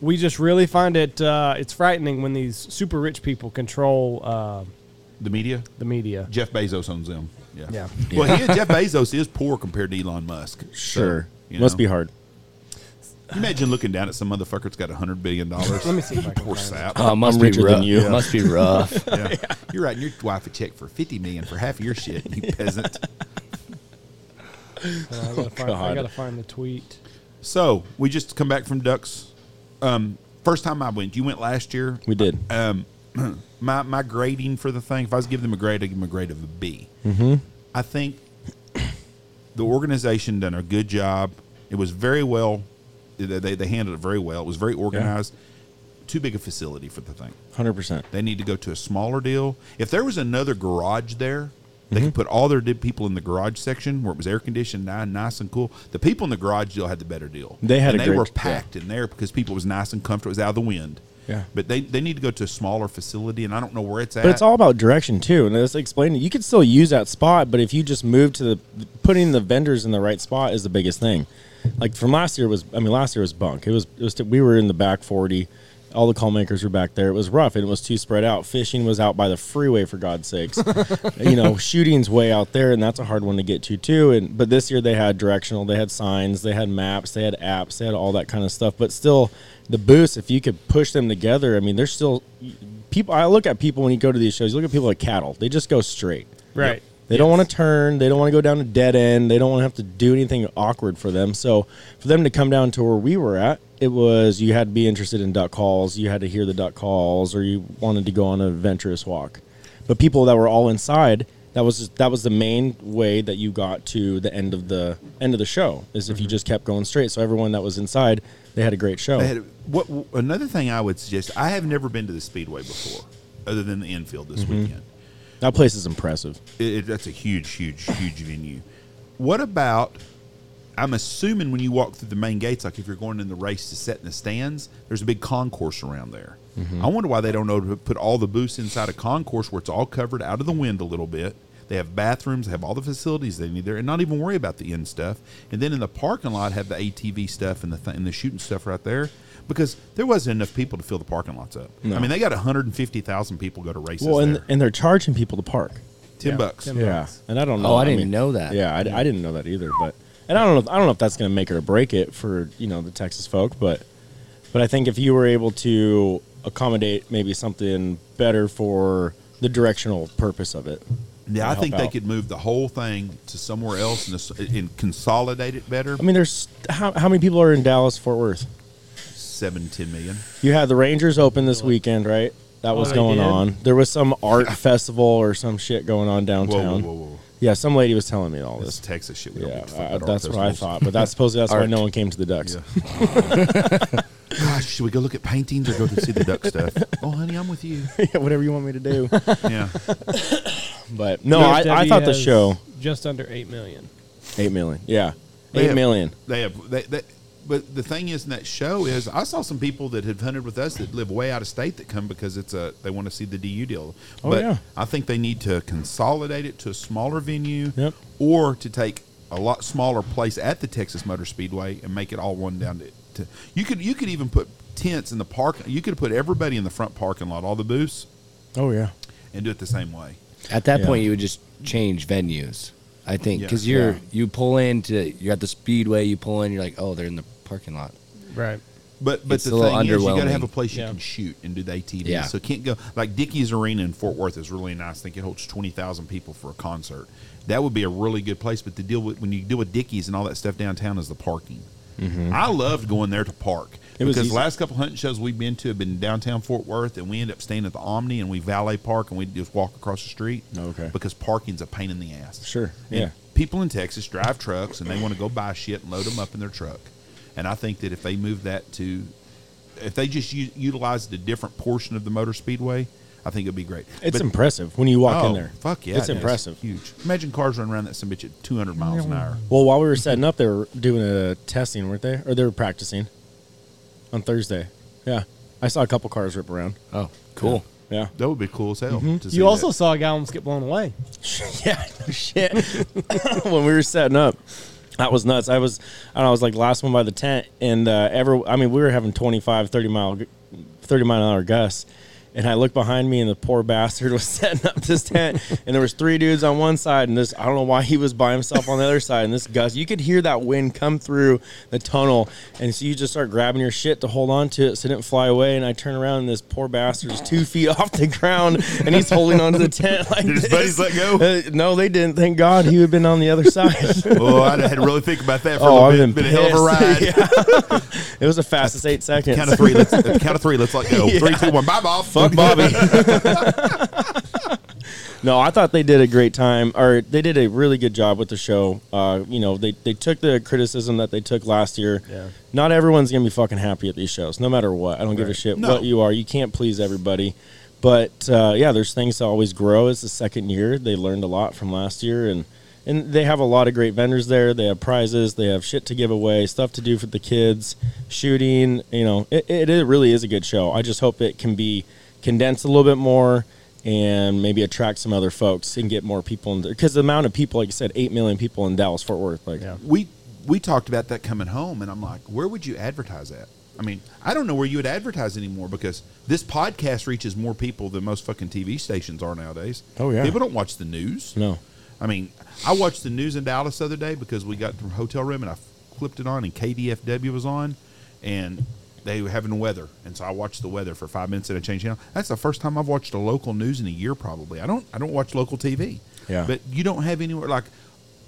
"We just really find it uh, it's frightening when these super rich people control uh,
the media.
the media."
Jeff Bezos owns them. Yeah.
Yeah.
Well, he, Jeff Bezos is poor compared to Elon Musk. So,
Sure.
you
Must
know.
be hard.
Imagine looking down at some motherfucker's got a hundred billion dollars.
Let me see if I can
Poor
find it.
sap.
Oh, must
I'm
be
richer
rough.
than you.
Must be rough.
Yeah. You're writing your wife a check for fifty million for half of your shit, you peasant.
Uh, I, gotta find, I
Oh, God.
gotta find the tweet.
So we just come back from Ducks. Um, first time I went. You went last year.
We did.
Um, my my grading for the thing. If I was giving them a grade, I give them a grade of a B. Mm-hmm. I think the organization done a good job. It was very well. They, they, they handled it very well. It was very organized. Too big a facility for the thing.
Hundred percent.
They need to go to a smaller deal. If there was another garage there, they
Mm-hmm.
could put all their di- people in the garage section where it was air conditioned, ni- nice and cool. The people in the garage deal had the better deal.
They had
and
a
they
great-
were
yeah.
packed in there because people was nice and comfortable. It was out of the wind.
Yeah.
but they, they need to go to a smaller facility, and I don't know where it's at.
But it's all about direction too, and let's explain it. You could still use that spot, but if you just move to the putting the vendors in the right spot is the biggest thing. Like from last year was, I mean, last year was bunk. It was, it was we were in the back forty, all the call makers were back there. It was rough and it was too spread out. Fishing was out by the freeway for God's sakes. you know, shooting's way out there, and that's a hard one to get to too. And but this year they had directional, they had signs, they had maps, they had apps, they had all that kind of stuff. But still, the booths, if you could push them together, I mean, there's still people. I look at people when you go to these shows. You look at people like cattle; they just go straight.
Right.
They don't want to turn. They don't want to go down a dead end. They don't want to have to do anything awkward for them. So for them to come down to where we were at, it was you had to be interested in duck calls. You had to hear the duck calls, or you wanted to go on an adventurous walk. But people that were all inside, That was that was the main way that you got to the end of the end of the show is if you just kept going straight. So everyone that was inside, they had a great show.
They had what another thing I would suggest. I have never been to the Speedway before, other than the infield this
Mm-hmm.
weekend.
that place is impressive.
It, it- that's a huge, huge, huge venue. What about? I'm assuming when you walk through the main gates, like if you're going in the race to set in the stands, there's a big concourse around there.
Mm-hmm.
I wonder why they don't know to put all the booths inside a concourse where it's all covered out of the wind a little bit. They have bathrooms, they have all the facilities they need there, and not even worry about the end stuff. And then in the parking lot, have the ATV stuff and the th- and the shooting stuff right there, because there wasn't enough people to fill the parking lots up. I mean, they got 150,000 people go to races.
Well, and
there.
and they're charging people to park.
ten bucks.
Yeah, and I don't know.
Oh, I didn't know that.
Yeah, I, I didn't know that either. But and I don't know. If, I don't know if that's going to make it or break it for you know the Texas folk. But but I think if you were able to accommodate maybe something better for the directional purpose of it,
Yeah, I
help
think they
out.
could move the whole thing to somewhere else and, this- and consolidate it better.
I mean, there's how, how many people are in Dallas Fort Worth?
Seven, ten million.
You had the Rangers open this weekend, right? That was
Oh,
they
going
did?
on. There was some art festival or some shit going on
Whoa,
downtown.
whoa, whoa, whoa!
Yeah, some lady was telling me all
This
this.
Texas shit. We don't
Yeah,
give a fuck
uh,
about our
that's what I
festivals.
thought. But that's supposedly that's why
Art.
no one came to the Ducks.
Gosh, should we go look at paintings or go to see the duck stuff? Oh, honey, I'm with you.
yeah, whatever you want me to do.
Yeah,
But no, I, I
USW
thought the
has
show
just under eight million.
eight million. Yeah,
They
eight
have-
million.
they have. They, they, but the thing is, in that show is, I saw some people that had hunted with us that live way out of state that come because it's a they want to see the DU deal.
Oh,
but
yeah.
I think they need to consolidate it to a smaller venue,
Yep.
or to take a lot smaller place at the Texas Motor Speedway and make it all one down to. to you could you could even put tents in the park. You could put everybody in the front parking lot, all the booths,
Oh yeah,
and do it the same way.
At that
Yeah.
point, you would just change venues, I think,
Yeah.
because you're
Yeah.
you pull into you're at the speedway, you pull in, you're like, oh, they're in the parking lot.
Right.
But but
It's
the
a little
thing is, you got to
underwhelming.
have a place you
Yeah.
can shoot and do the ATV.
Yeah.
So it can't go like Dickey's Arena in Fort Worth is really nice. I think it holds twenty thousand people for a concert. That would be a really good place. But the deal with when you deal with Dickey's and all that stuff downtown is the parking.
Mm-hmm.
I loved going there to park
It
because
was
the
easy.
last couple hunting shows we've been to have been downtown Fort Worth, and we end up staying at the Omni and we valet park and we just walk across the street.
Okay.
because parking's a pain in the ass.
Sure,
And
yeah.
people in Texas drive trucks and they want to go buy shit and load them up in their truck. And I think that if they move that to, if they just u- utilized a different portion of the motor speedway, I think it'd be great.
it's
But-
impressive when you walk
oh,
in there.
Fuck yeah,
it's
it is.
impressive.
Huge. Imagine cars running around that some bitch at 200 miles an hour.
Well, while we were setting up, they were doing a testing, weren't they? Or they were practicing on Thursday. Yeah, I saw a couple cars rip around.
Oh, cool.
Yeah.
That would be cool as hell.
Mm-hmm.
to see
You also
that.
saw a guy almost get blown away.
yeah, no shit. when we were setting up, that was nuts. I was, I, don't know, I was like last one by the tent, and uh, ever, I mean, we were having 25, 30 mile, 30 mile an hour gusts. And I looked behind me, and the poor bastard was setting up this tent, and there was three dudes on one side, and this I don't know why he was by himself on the other side. And this gust, you could hear that wind come through the tunnel, and so you just start grabbing your shit to hold on to it so it didn't fly away. And I turn around, and this poor bastard's two feet off the ground, and he's holding onto the tent like
Did his
this.
buddies let go?
Uh, no, they didn't. Thank God he would have been on the other side.
oh, I had to really think about that for
Oh,
a
I've
little
been
bit. Been a hell of a ride.
pissed. it was the fastest eight seconds.
Count of three. Let's at the count of three. Let's let go. Three, two, one. Bye, Bob.
Fuck Bobby. no, I thought they did a great time, or they did a really good job with the show. Uh, you know, they, they took the criticism that they took last year.
Yeah.
Not everyone's gonna be fucking happy at these shows, no matter what. I don't give a shit
No.
what you are. You can't please everybody. But uh, yeah, there's things to always grow. It's the second year. They learned a lot from last year, and and they have a lot of great vendors there. They have prizes. They have shit to give away, stuff to do for the kids, shooting. You know, it, it, it really is a good show. I just hope it can be condensed a little bit more and maybe attract some other folks and get more people in there. Because the amount of people, like I said, eight million people in Dallas Fort Worth, like
Yeah.
we we talked about that coming home, and I'm like, where would you advertise that? I mean, I don't know where you would advertise anymore because this podcast reaches more people than most fucking TV stations are nowadays.
Oh, yeah.
people don't watch the news.
no,
I mean, I watched the news in Dallas the other day because we got to the hotel room and I flipped it on and KDFW was on and they were having weather. And so I watched the weather for five minutes and I changed channel. That's the first time I've watched a local news in a year probably. I don't I don't watch local TV.
Yeah.
But you don't have anywhere like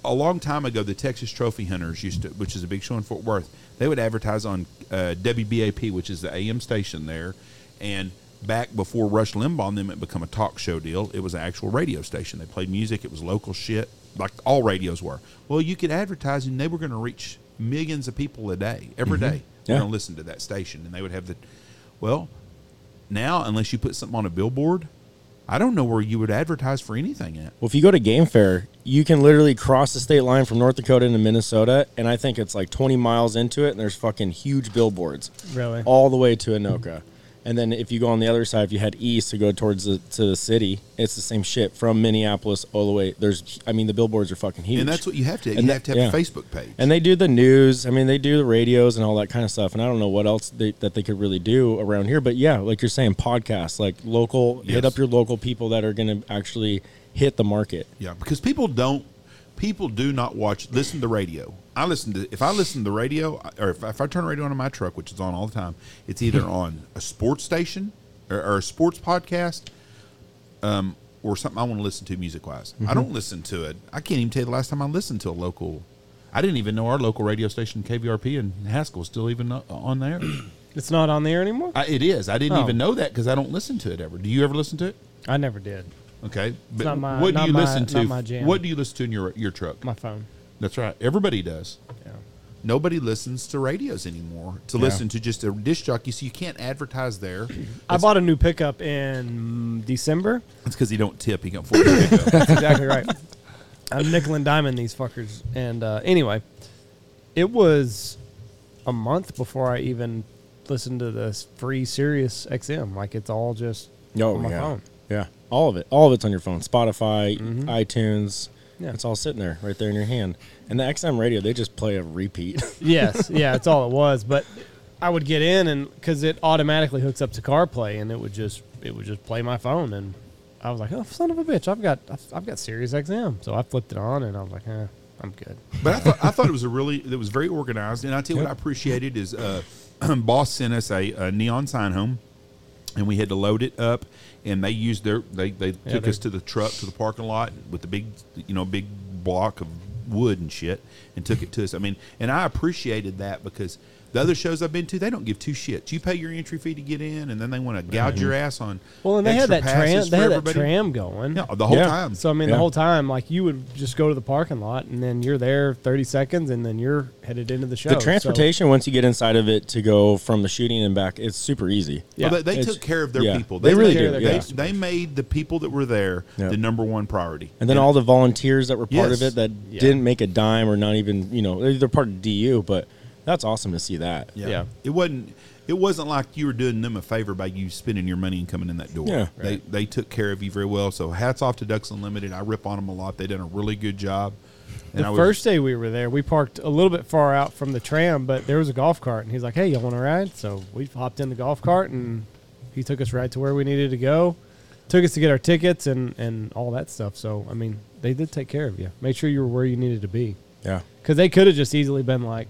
a long time ago the Texas Trophy Hunters used to which is a big show in Fort Worth, they would advertise on uh, WBAP, which is the AM station there, and back before Rush Limbaugh and them it become a talk show deal, it was an actual radio station. They played music, it was local shit, like all radios were. Well, you could advertise and they were going to reach millions of people a day, every day. They're
Yeah.
going to listen to that station and they would have the well, now unless you put something on a billboard, I don't know where you would advertise for anything at.
Well, if you go to Game Fair, you can literally cross the state line from North Dakota into Minnesota, and I think it's like 20 miles into it, and there's fucking huge billboards.
Really?
All the way to Anoka. And then if you go on the other side, if you head east to go towards the, to the city, it's the same shit from Minneapolis all the way. There's, I mean, the billboards are fucking huge.
And that's what you have to. You
And
have
that-
to have a
yeah.
Facebook page.
And they do the news. I mean, they do the radios and all that kind of stuff. And I don't know what else they, that they could really do around here. But yeah, like you're saying, podcasts, like local,
Yes.
hit up your local people that are going to actually hit the market.
Yeah, because people don't people do not watch listen to radio. I listen to if I listen to radio or if, if I turn radio on in my truck, which is on all the time, it's either on a sports station or, or a sports podcast, um, or something I want to listen to music wise.
Mm-hmm.
I don't listen to it. I can't even tell you the last time I listened to a local. I didn't even know our local radio station KVRP in Haskell was still even o- on there.
It's not on the air anymore?
I, it is. I didn't
Oh.
even know that because I don't listen to it ever. Do you ever listen to it?
I never did.
Okay, but
not my-
what do
not
you
my-
listen to?
not my jam.
What do you listen to in your your truck?
My phone.
That's right. Everybody does. Nobody listens to radios anymore to listen to just a disc jockey, so you can't advertise there.
I bought a new pickup in December.
That's because he don't tip. He can afford to pick up.
That's exactly right. I'm nickel and diamond these fuckers. And uh, anyway, it was a month before I even listened to this free Sirius XM. Like it's all just
Oh,
on my
yeah.
phone. Mm-hmm.
Yeah. All of it. All of it's on your phone. Spotify, iTunes.
Yeah.
It's all sitting there, right there in your hand. And the XM radio, they just play a repeat.
Yes, yeah, it's all it was. But I would get in and because it automatically hooks up to CarPlay, and it would just it would just play my phone, and I was like, oh son of a bitch, I've got I've, I've got Sirius XM, so I flipped it on, and I was like, eh, I'm good.
but I thought, I thought it was a really it was very organized, and I tell you what I appreciated is uh, Boss sent us a, a neon sign home, and we had to load it up, and they used their they they
Yeah,
took
they-
us to the truck to the parking lot with the big you know big block of wood and shit and took it to us. I mean, and I appreciated that because the other shows I've been to, they don't give two shits. You pay your entry fee to get in, and then they want to gouge your ass on.
Mm-hmm. Well, and they had
extra
that tram,
passes
they
for
had that
everybody.
tram going.
Yeah, the whole
Yeah.
time.
So I mean, the
Yeah.
whole time, like you would just go to the parking lot, and then you're there 30 seconds, and then you're headed into the show.
the
So-
transportation, once you get inside of it to go from the shooting and back, it's super easy.
Yeah.
Oh, they they
It's-
took care of their
yeah.
people.
They really
made-
do,
They,
yeah.
they made the people that were there
Yeah.
the number one priority.
And then all the volunteers that were part
Yes.
of it that
Yeah.
didn't make a dime or not even, you know, they're- they're part of DU, but that's awesome to see that.
yeah.
yeah.
it wasn't. It wasn't like you were doing them a favor by you spending your money and coming in that door.
Yeah.
They they took care of you very well. So hats off to Ducks Unlimited. I rip on them a lot. They done a really good job.
the
I was-
first day we were there, we parked a little bit far out from the tram, but there was a golf cart, and he's like, "Hey, y'all want to ride?" So we hopped in the golf cart, and he took us right to where we needed to go. Took us to get our tickets and and all that stuff. So I mean, they did take care of you. Made sure you were where you needed to be,
Yeah.
because they could have just easily been like,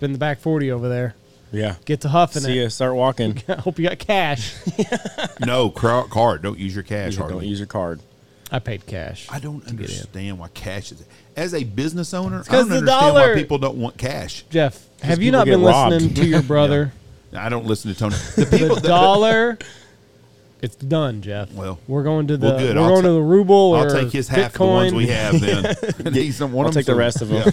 "Been the back 40 over there.
Yeah.
Get to huffing
see
it.
you start walking.
I hope you got cash."
no cra- card. Don't use your cash.
Don't
hardly.
use your card.
I paid cash.
I don't understand why cash is. As a business owner, I
'cause
don't
the
understand
dollar-
why people don't want cash.
Jeff, have you
people
not been
get robbed.
listening to your brother?
I don't listen to Tony. The people.
The dollar. It's done, Jeff.
Well,
we're going to the
well, good.
we're
I'll
going
ta-
to the ruble.
I'll
or
take his half of the ones we
Bitcoin.
have then. He's one
I'll
of
take the
them.
rest of them.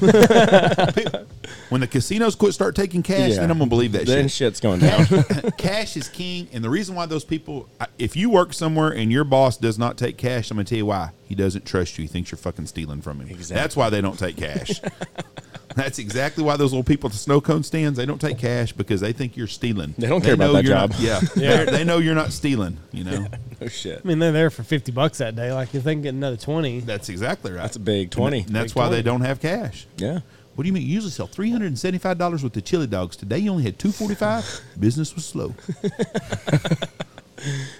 when the casinos quit start taking cash,
Yeah.
then I'm gonna believe that
Then
shit.
shit's going down.
cash is king, and the reason why those people, I- if you work somewhere and your boss does not take cash, I'm gonna tell you why. He doesn't trust you. He thinks you're fucking stealing from him. That's why they don't take cash. That's exactly why those little people at the snow cone stands they don't take cash because they think you're stealing.
They don't care about
know
that
you're
job.
not- yeah, They're- they know you're not stealing. You know,
oh, shit.
I mean, they're there for fifty bucks that day. Like if they can get another twenty,
that's exactly right.
That's a big 20.
And that's
Big
why they
20.
don't have cash.
Yeah.
What do you mean? You usually sell three hundred and seventy-five dollars worth of chili dogs. Today you only had two forty-five. Business was slow.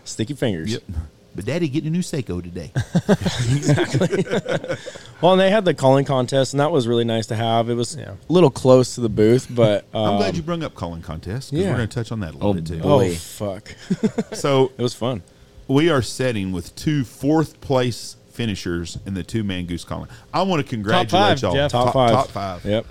Sticky fingers.
But Daddy getting a new Seiko today.
Well, and they had the calling contest, and that was really nice to have. It was
Yeah.
a little close to the booth, but um,
I'm glad you brung up calling contest because
yeah.
we're going to touch on that a little
Oh,
bit too.
Oh
boy.
fuck!
So
It was fun.
we are setting with two fourth place finishers in the two man goose calling. I want to congratulate
five,
y'all.
Jeff.
Top, five.
Top five.
Yep.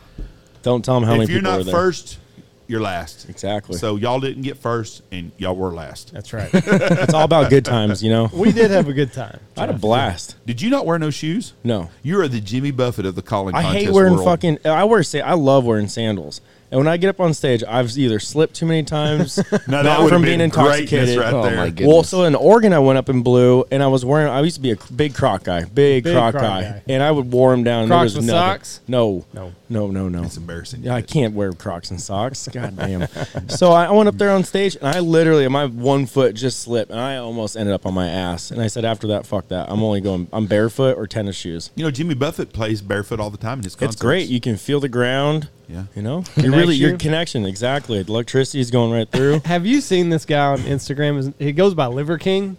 Don't tell them how
if
many
you're
people
not
were there.
first, you're last.
Exactly.
So y'all didn't get first, and y'all were last.
That's right.
It's all about good times, you know.
we did have a good time.
I had a blast.
Did you not wear no shoes?
No.
You are the Jimmy Buffett of the calling.
I hate
contest
wearing
world.
fucking. I wear say I love wearing sandals. And when I get up on stage, I've either slipped too many times,
Now,
not
would've
from
been
being intoxicated.
greatness right
Oh,
there.
my goodness.
Well, so in Oregon, I went up in blue, and I was wearing. I used to be a big croc guy, big,
Big
croc,
croc
guy.
guy.
and I would wore them down. and there
Crocs
was
with
nothing.
socks?
No,
No.
no, no, no.
It's embarrassing.
Yeah, I can't wear Crocs and socks. God damn. so I I went up there on stage, and I literally my one foot just slipped, and I almost ended up on my ass. And I said, after that, fuck that. I'm only going. I'm barefoot or tennis shoes.
You know, Jimmy Buffett plays barefoot all the time in his concerts.
It's great. You can feel the ground.
Yeah.
You know, you really
you.
your connection exactly. The electricity is going right through.
Have you seen this guy on Instagram? His- He goes by Liver King.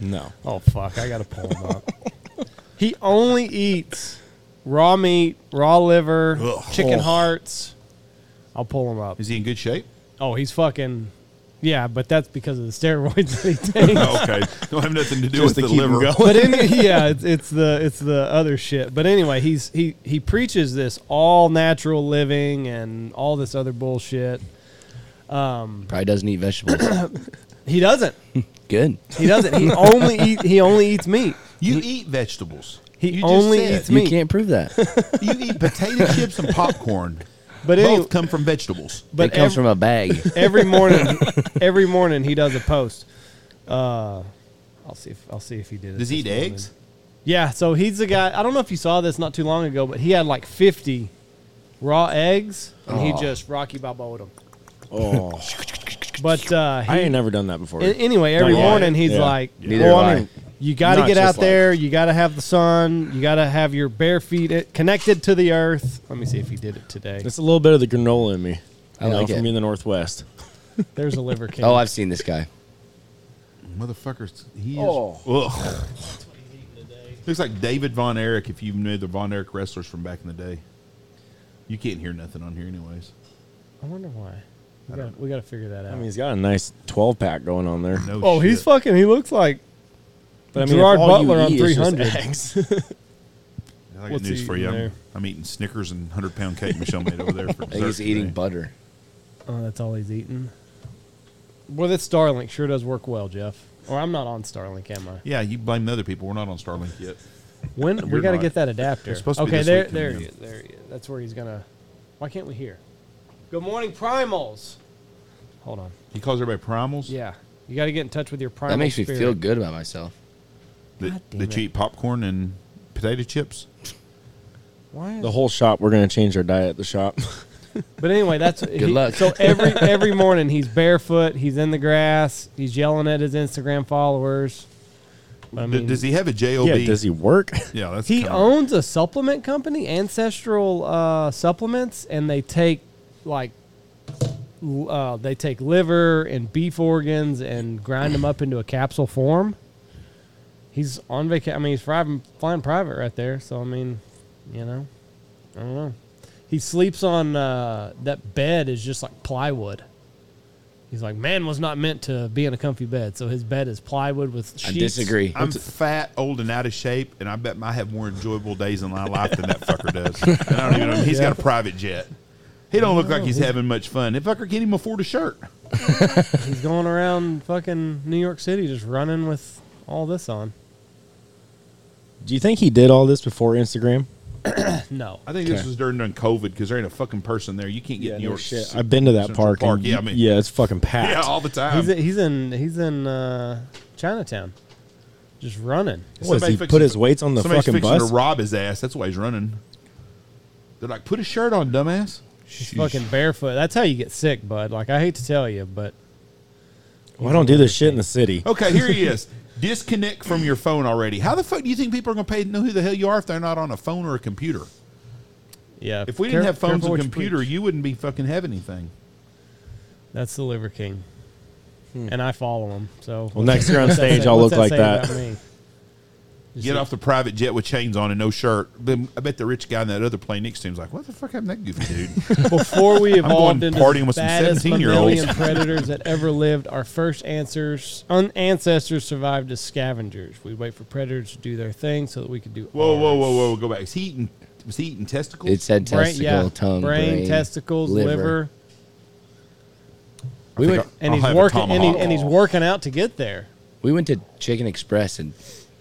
No.
Oh fuck! I gotta pull him up. He only eats raw meat, raw liver,
Ugh.
chicken
Oh.
hearts. I'll pull him up.
Is he in good shape?
Oh, he's fucking. Yeah, but that's because of the steroids that he takes.
okay, don't have nothing to do with
Just to
the
keep him
liver.
going.
but any, yeah, it's, it's the it's the other shit. But anyway, he's he he preaches this all natural living and all this other bullshit.
Probably doesn't eat vegetables.
He doesn't.
Good.
He doesn't. He only eat, he only eats meat.
You eat vegetables.
He
You just
only
said.
eats
You
meat.
can't prove that. It
You eat potato chips and popcorn.
But
Both
any-
come from vegetables.
But
comes
ev-
from a bag.
every morning, every morning he does a post. Uh, I'll see if I'll see if he did it.
Does he eat
this morning.
eggs?
Yeah, so he's the guy. I don't know if you saw this not too long ago, but he had like 50 raw eggs, and he
Aw.
just Rocky Balboa them.
Oh,
But uh, he,
I ain't never done that before.
a- anyway, every
Not yet.
morning he's
Yeah.
like,
Neither
Well,
have
I
I.
mean,
"You got to
Not
get out
just like-
there. You got to have the sun. You got to have your bare feet i- connected to the earth." Let me see if he did it today.
It's a little bit of the granola in me.
I
you
like
know,
it.
from being in the Northwest.
There's a liver king.
oh, I've seen this guy.
Motherfuckers, he is.
Oh.
Ugh. Looks like David Von Erich. If you knew the Von Erich wrestlers from back in the day, you can't hear nothing on here, anyways.
I wonder why. We gotta, we gotta figure that out.
I mean, he's got a nice 12 pack going on there.
No
oh, he's
shit.
fucking. He looks like
But
I mean, if Gerard all you Butler on
eat is just
300.
eggs.
I got
What's
news
he
for
eating
you. I'm,
there?
I'm eating Snickers and hundred pound cake Michelle made over there. For
I think he's
dessert
eating
today.
butter.
Oh, that's all he's eating. Boy, that Starlink sure does work well, Jeff. Or I'm not on Starlink, am I?
Yeah, you blame the other people. We're not on Starlink yet.
When we
You're
got to
not.
get that adapter.
It's supposed to be
okay,
this
there,
weekend,
there
yeah.
he is. There he is. That's where he's gonna. Why can't we hear? Good morning, primals. Hold on.
He calls everybody primals.
Yeah, you got to get in touch with your primal.
That makes me
spirit.
feel good about myself.
God
That,
damn
that
it.
you eat popcorn and potato chips.
Why is
the whole shop, we're going to change our diet at the shop.
But anyway, that's he-
luck.
So every every morning he's barefoot, he's in the grass, he's yelling at his Instagram followers. But, I
D-
mean,
does he have a job?
yeah, does he work?
Yeah, that's
he
kinda-
owns a supplement company, Ancestral uh, Supplements, and they take like l- uh, they take liver and beef organs and grind them up into a capsule form. He's on vacation. I mean, he's flying, flying private right there. So I mean, you know, I don't know. He sleeps on uh, that bed is just like plywood. He's like, man was not meant to be in a comfy bed, so his bed is plywood with
I
sheets.
disagree.
I'm fat, old, and out of shape, and I bet I have more enjoyable days in my life than that fucker does. And I don't even know. He's got a private jet. He don't look like
Oh.
he's having much fun. That fucker can't even afford a shirt.
He's going around fucking New York City just running with all this on.
Do you think he did all this before Instagram?
No.
I think this was during, during COVID because there ain't a fucking person there. You can't get New York. Ci-
I've been to that
Central
park.
Park,
and
yeah,
yeah,
I mean-
yeah, it's fucking
yeah,
packed.
all the time.
Um,
He's, he's in he's in uh, Chinatown. Just running.
What, does
Somebody
he
fixing
put
to-
his weights on the
somebody's
fucking
fixing
bus?
to rob his ass. That's why he's running. They're like, put a shirt on, dumbass.
He's fucking barefoot. That's how you get sick, bud. Like I hate to tell you, but
Well, I don't do this shit in the city.
Okay, here he is. Disconnect from your phone already. How the fuck do you think people are going to pay know who the hell you are if they're not on a phone or a computer?
yeah.
If we
care-
didn't have phones
careful
and
what you
computer,
preach.
you wouldn't be fucking have anything.
that's the Liver King. And I follow him. So
Well, next year on
what's that
stage,
say-
I'll
what's
look like
say
that.
about me? Just
Get
see-
off the private jet with chains on and no shirt. Then I bet the rich guy in that other plane next to him's like, "What the fuck happened to that goofy dude?"
Before we evolved
going
into
partying
the
with some
baddest
17-year-olds.
mammalian predators that ever lived, our first ancestors, un- ancestors survived as scavengers. We wait for predators to do their thing so that we could do.
whoa,
ours.
whoa, whoa, whoa! Go back. Is he eating? Was he eating testicles?
It said
Brain,
testicle,
yeah,
tongue,
brain,
brain,
testicles, liver.
We went,
I'll-
and
I'll
he's
have a
working and, he,
tomahawk.
and he's working out to get there.
we went to Chicken Express and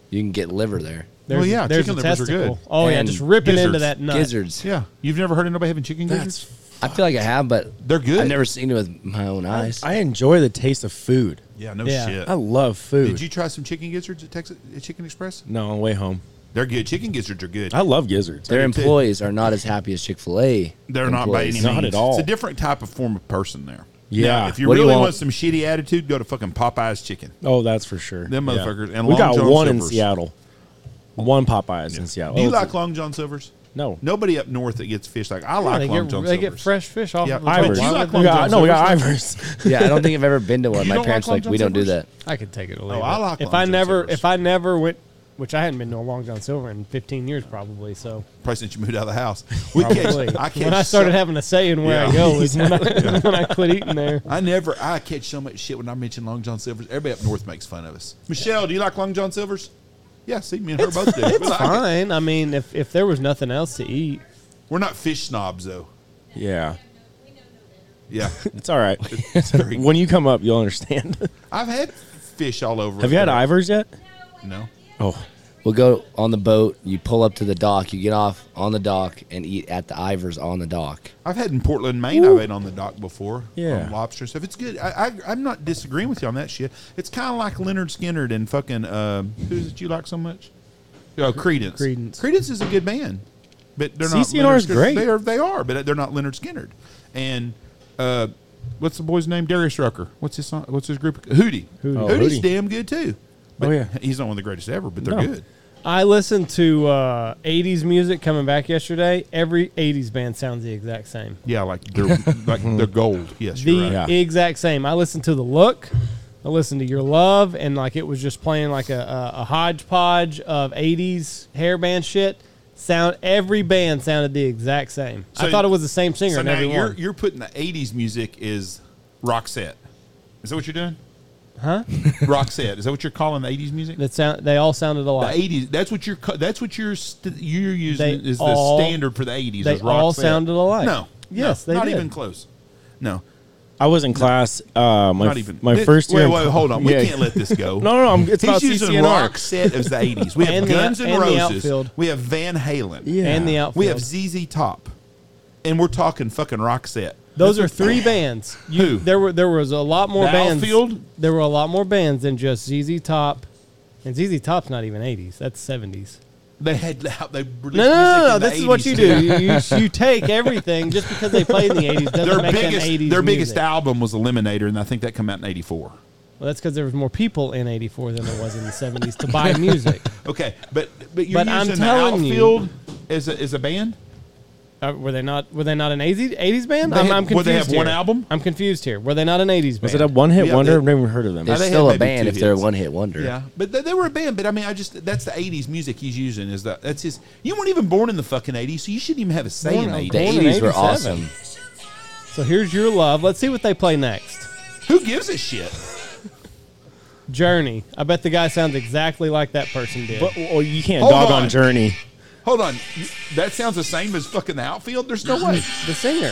you can get liver there.
There's,
Well, yeah,
there's
chicken
a
livers are
testicle.
good.
Oh yeah,
And
just ripping into
gizzards.
that nut.
Gizzards.
Yeah, you've never heard anybody having chicken gizzards?
I feel like I have, but
They're good.
I've never seen it with my own eyes.
I enjoy the taste of food.
Yeah, no
Yeah.
shit.
I love food.
Did you try some chicken gizzards at Texas at Chicken Express?
No, on the way home.
They're good. Chicken gizzards are good.
I love gizzards.
Their
me too.
employees are not as happy as Chick Fil A.
They're not by any means.
Not at all.
It's a different type of form of person there.
Yeah.
Now, if you
What do you
really
want?
want some shitty attitude, go to fucking Popeye's chicken.
Oh, that's for sure.
Them
Yeah.
motherfuckers and
we
Long
got
John
one in
Silvers.
Seattle. One Popeyes in Seattle.
Do you
Oh,
like Long John Silvers?
No.
Nobody up north that gets fish like I
Yeah,
like
they
Long
get,
John
they
Silvers.
get fresh fish off.
Yeah,
of
I-
the
Ivers.
Do you like
we
Long
got,
John
no, we got
Silvers?
Ivers.
Yeah, I don't think I've ever been to one.
You
My
don't
parents
like
like, we
Long
don't do
John
that.
I could take it or leave it.
Oh, I like
if
Long
I
John
never
Silvers.
if I never went, which I hadn't been to a Long John Silver in 15 years probably. So
Probably since you moved out of the house. We
probably
catch, I catch
when I started
so,
having a say in where I
Yeah.
go is when I, when I quit eating there.
I never I catch so much shit when I mention Long John Silvers. Everybody up north makes fun of us. Michelle, do you like Long John Silvers? Yeah, see, me and her both do. we like it.
Fine. I mean, if if there was nothing else to eat,
We're not fish snobs though.
yeah,
Yeah.
it's all right.
It's very-
when you come up, you'll understand.
I've had fish all over.
Have you had Ivers yet?
No.
Oh,
We'll go on the boat. You pull up to the dock. You get off on the dock and eat at the Ivers on the dock.
I've had in Portland, Maine. I've had on the dock before.
Yeah.
on lobster and stuff. It's good. I, I I'm not disagreeing with you on that shit. It's kind of like Leonard Skinner and fucking um, who's it you like so much? Oh, Credence.
Credence.
Credence is a good band, but they're not.
CCR
Leonard
is
Skinner.
great.
They are. They are, but they're not Leonard Skinner. And uh, what's the boy's name? Darius Rucker. What's his song? What's his group? Hootie.
Hootie.
Oh,
Hootie's
Hootie.
damn good too. But
Oh, yeah.
he's not one of the greatest ever, but they're
No.
good.
I listened to uh, 80s music coming back yesterday. Every 80s band sounds the exact same.
Yeah, like they're like they're gold. Yes,
the
you're right.
Yeah.
exact same. I listened to the look, I listened to your love, and like it was just playing like a, a, a hodgepodge of '80s hair band shit. Sound every band sounded the exact same.
So-
I thought it was the same singer
So
in
now
every
you're,
one.
you're putting the 80s music is rock set. Is that what you're doing?
Huh?
rock set. Is that what you're calling the 80s music?
That sound they all sounded
the
alike.
80s. That's what you're co- that's what you're st- you're using
They
is the
all-
standard for the 80s
they
is rock
all
set.
sounded alike.
No.
Yes,
no,
they
not
did.
even close. No,
I was in class. Uh, my
not even.
my
Th-
first year.
Wait,
in-
wait, hold on. We
Yeah.
can't let this go.
No, no, no. I'm, it's
He's
about
using
CCNR.
rock set as the 80s. We have
And the-
Guns and,
and the
Roses.
outfield.
We have Van Halen.
Yeah.
And the
We
outfield.
We have ZZ Top. And we're talking fucking rock set.
Those are three bands. You,
Who?
There were there was a lot more
The
bands.
outfield?
There were a lot more bands than just ZZ Top, and ZZ Top's not even '80s. That's '70s.
They had they released
No, no,
music
no, no.
in the
This is what
80s,
you
too.
do. You, you, you take everything just because they played in the 80s doesn't
their
make
biggest
them 80s
their biggest
music.
album was Eliminator, and I think that came out in '84.
Well, that's because there was more people in 84 than there was in the 70s to buy music.
Okay, but but you're
But I'm
using the
telling you-
outfield as a, as a band.
Uh, were they not Were they not an 80s, 80s band?
They
I'm,
had-
I'm confused
would they have
here.
one album?
I'm confused here. Were they not an 80s band?
Was it a one hit
Yeah,
wonder?
they-
I've never heard of them.
They're
they had
still a
maybe
band
two
if they're a
hits.
one hit wonder.
Yeah, but they, they were a band. But I mean, I just that's the '80s music he's using. Is that that's his? You weren't even born in the fucking '80s, so you shouldn't even have a say
Born
in
in
The
'80s.
Born in
80s were
87.
awesome.
So here's your love. Let's see what they play next.
Who gives a shit?
Journey. I bet the guy sounds exactly like that person did.
But well, you can't
Hold
dog on.
on.
Journey.
Hold on, You- that sounds the same as fucking the outfield. There's no way.
the singer.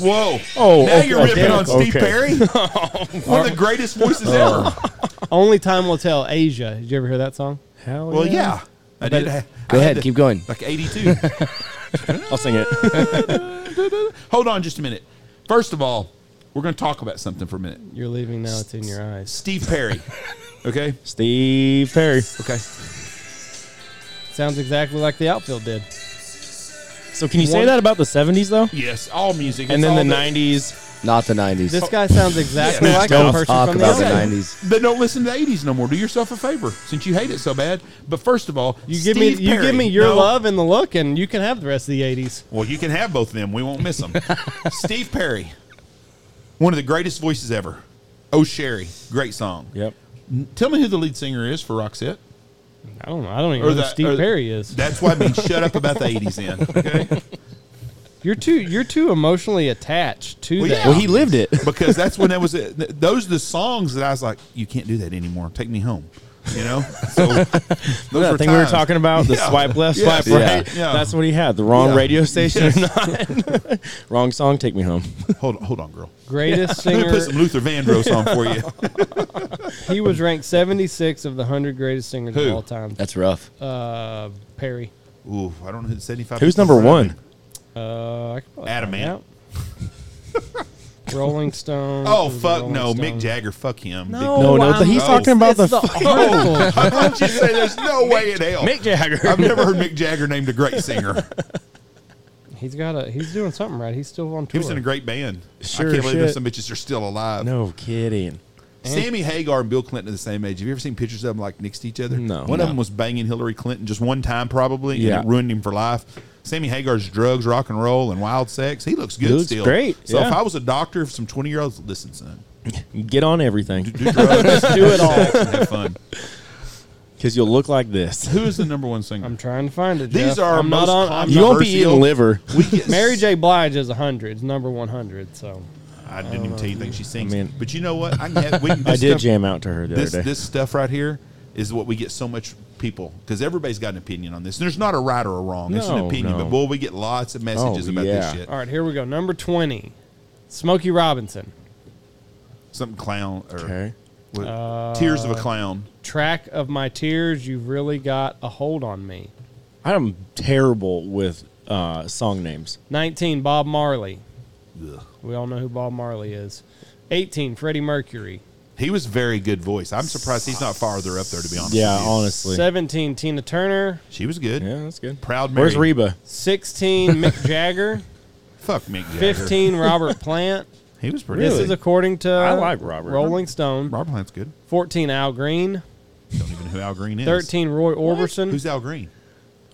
Whoa!
Oh,
now
okay,
you're ripping on
okay.
Steve Perry, one of the greatest voices
Oh.
ever.
Only time will tell. Asia. Did you ever hear that song?
Hell
Well, yeah, I did. I
Go
had
ahead,
to-
keep going.
Like '82.
I'll sing it.
Hold on just a minute. First of all, we're going to talk about something for a minute.
You're leaving now. It's in your eyes.
Steve Perry. Okay.
Steve Perry.
Okay.
Sounds exactly like the outfield did.
So can you say
One-
that about the '70s though?
Yes, all music.
And
It's
then
all
the '90s.
Not the 90s.
This guy sounds exactly
Yeah,
like
don't
that person
talk
from the
about
outfield.
Hey,
the 90s.
Then don't listen to the 80s no more. Do yourself a favor since you hate it so bad. But first of all,
You give
Steve
me you
Perry.
give me your
No.
love and the look, and you can have the rest of the '80s.
Well, you can have both of them. We won't miss them. Steve Perry, one of the greatest voices ever. Oh, Sherry. Great song.
Yep.
Tell me who the lead singer is for Roxette.
I don't know. I don't even know who
the-
Steve
or-
Perry is.
That's why I mean, shut up about the 80s then. Okay.
You're too you're too emotionally attached to
Well,
that.
yeah.
Well, he lived it.
because that's when that was it. Th- those are the songs that I was like, you can't do that anymore. Take me home. You know, so those
that
were
thing we were
times.
talking about, the
Yeah.
swipe left,
Yeah.
swipe right.
Yeah. Yeah.
That's what he had. The wrong
Yeah.
radio station or not. wrong song, take me home.
Hold on, hold on, girl.
Greatest
Let me put some
singer.
Luther Vandross on for you.
He was ranked 76 of the 100 greatest singers
Who?
of all time.
That's rough.
Uh, Perry.
Ooh, I don't know who seventy five.
Who's number one?
Uh, I can probably
Adam
find
Ant.
out. Rolling Stone.
Oh fuck no, Mick Jagger. Fuck him. Big-
No, no, he's
Oh.
talking about the. fuck-
article.
How could you say there's no way in hell?
Mick Jagger.
I've never heard Mick Jagger named a great singer.
he's got a. He's doing something right. He's still on tour.
He was in a great band.
Sure
I can't believe there's
shit.
some bitches are still alive.
No kidding.
Sammy Hagar and Bill Clinton are the same age. Have you ever seen pictures of them like next to each other?
No.
One
No.
of them was banging Hillary Clinton just one time, probably,
Yeah.
and it ruined him for life. Sammy Hagar's drugs, rock and roll, and wild sex. He looks good
looks
still.
great,
So if
yeah.
I was a doctor, if some 20 year olds, listen, son,
Get on everything
do drugs,
Do it all.
and have fun.
because you'll look like this.
Who is the number one singer?
I'm trying to find it.
These
Jeff.
are
I'm not
most
on. I'm
common-
You won't be eating
Controversial.
liver.
we get
Mary J. Blige is 100. It's number 100. So
I didn't even tell you think she sings.
I mean-
but you know what? I, can have, we can
I
this
did
stuff-
jam out to her the
This
other day.
this stuff right here is what we get so much people because everybody's got an opinion on this. There's not a right or a wrong. it's an
No,
opinion,
no.
but boy, we get lots of messages
Oh,
about
yeah.
this shit.
all right, here we go. Number 20, Smokey Robinson.
Something clown or
okay.
what-
Uh,
tears of a clown.
Track of my tears. You've really got a hold on me.
I'm terrible with uh, song names.
19, Bob Marley.
Ugh.
We all know who Bob Marley is. 18, Freddie Mercury.
He was very good voice. I'm surprised he's not farther up there to be honest.
Yeah,
with you.
honestly.
17, Tina Turner.
she was good.
Yeah, that's good.
Proud Mary.
Where's Reba?
16, Mick Jagger.
Fuck Mick Jagger.
15, Robert Plant.
He was pretty.
This
good.
is according to
I like Robert.
Rolling Stone.
Rob Plant's good.
14, Al Green.
Don't even know who Al Green is.
13, Roy Orbison.
Who's Al Green?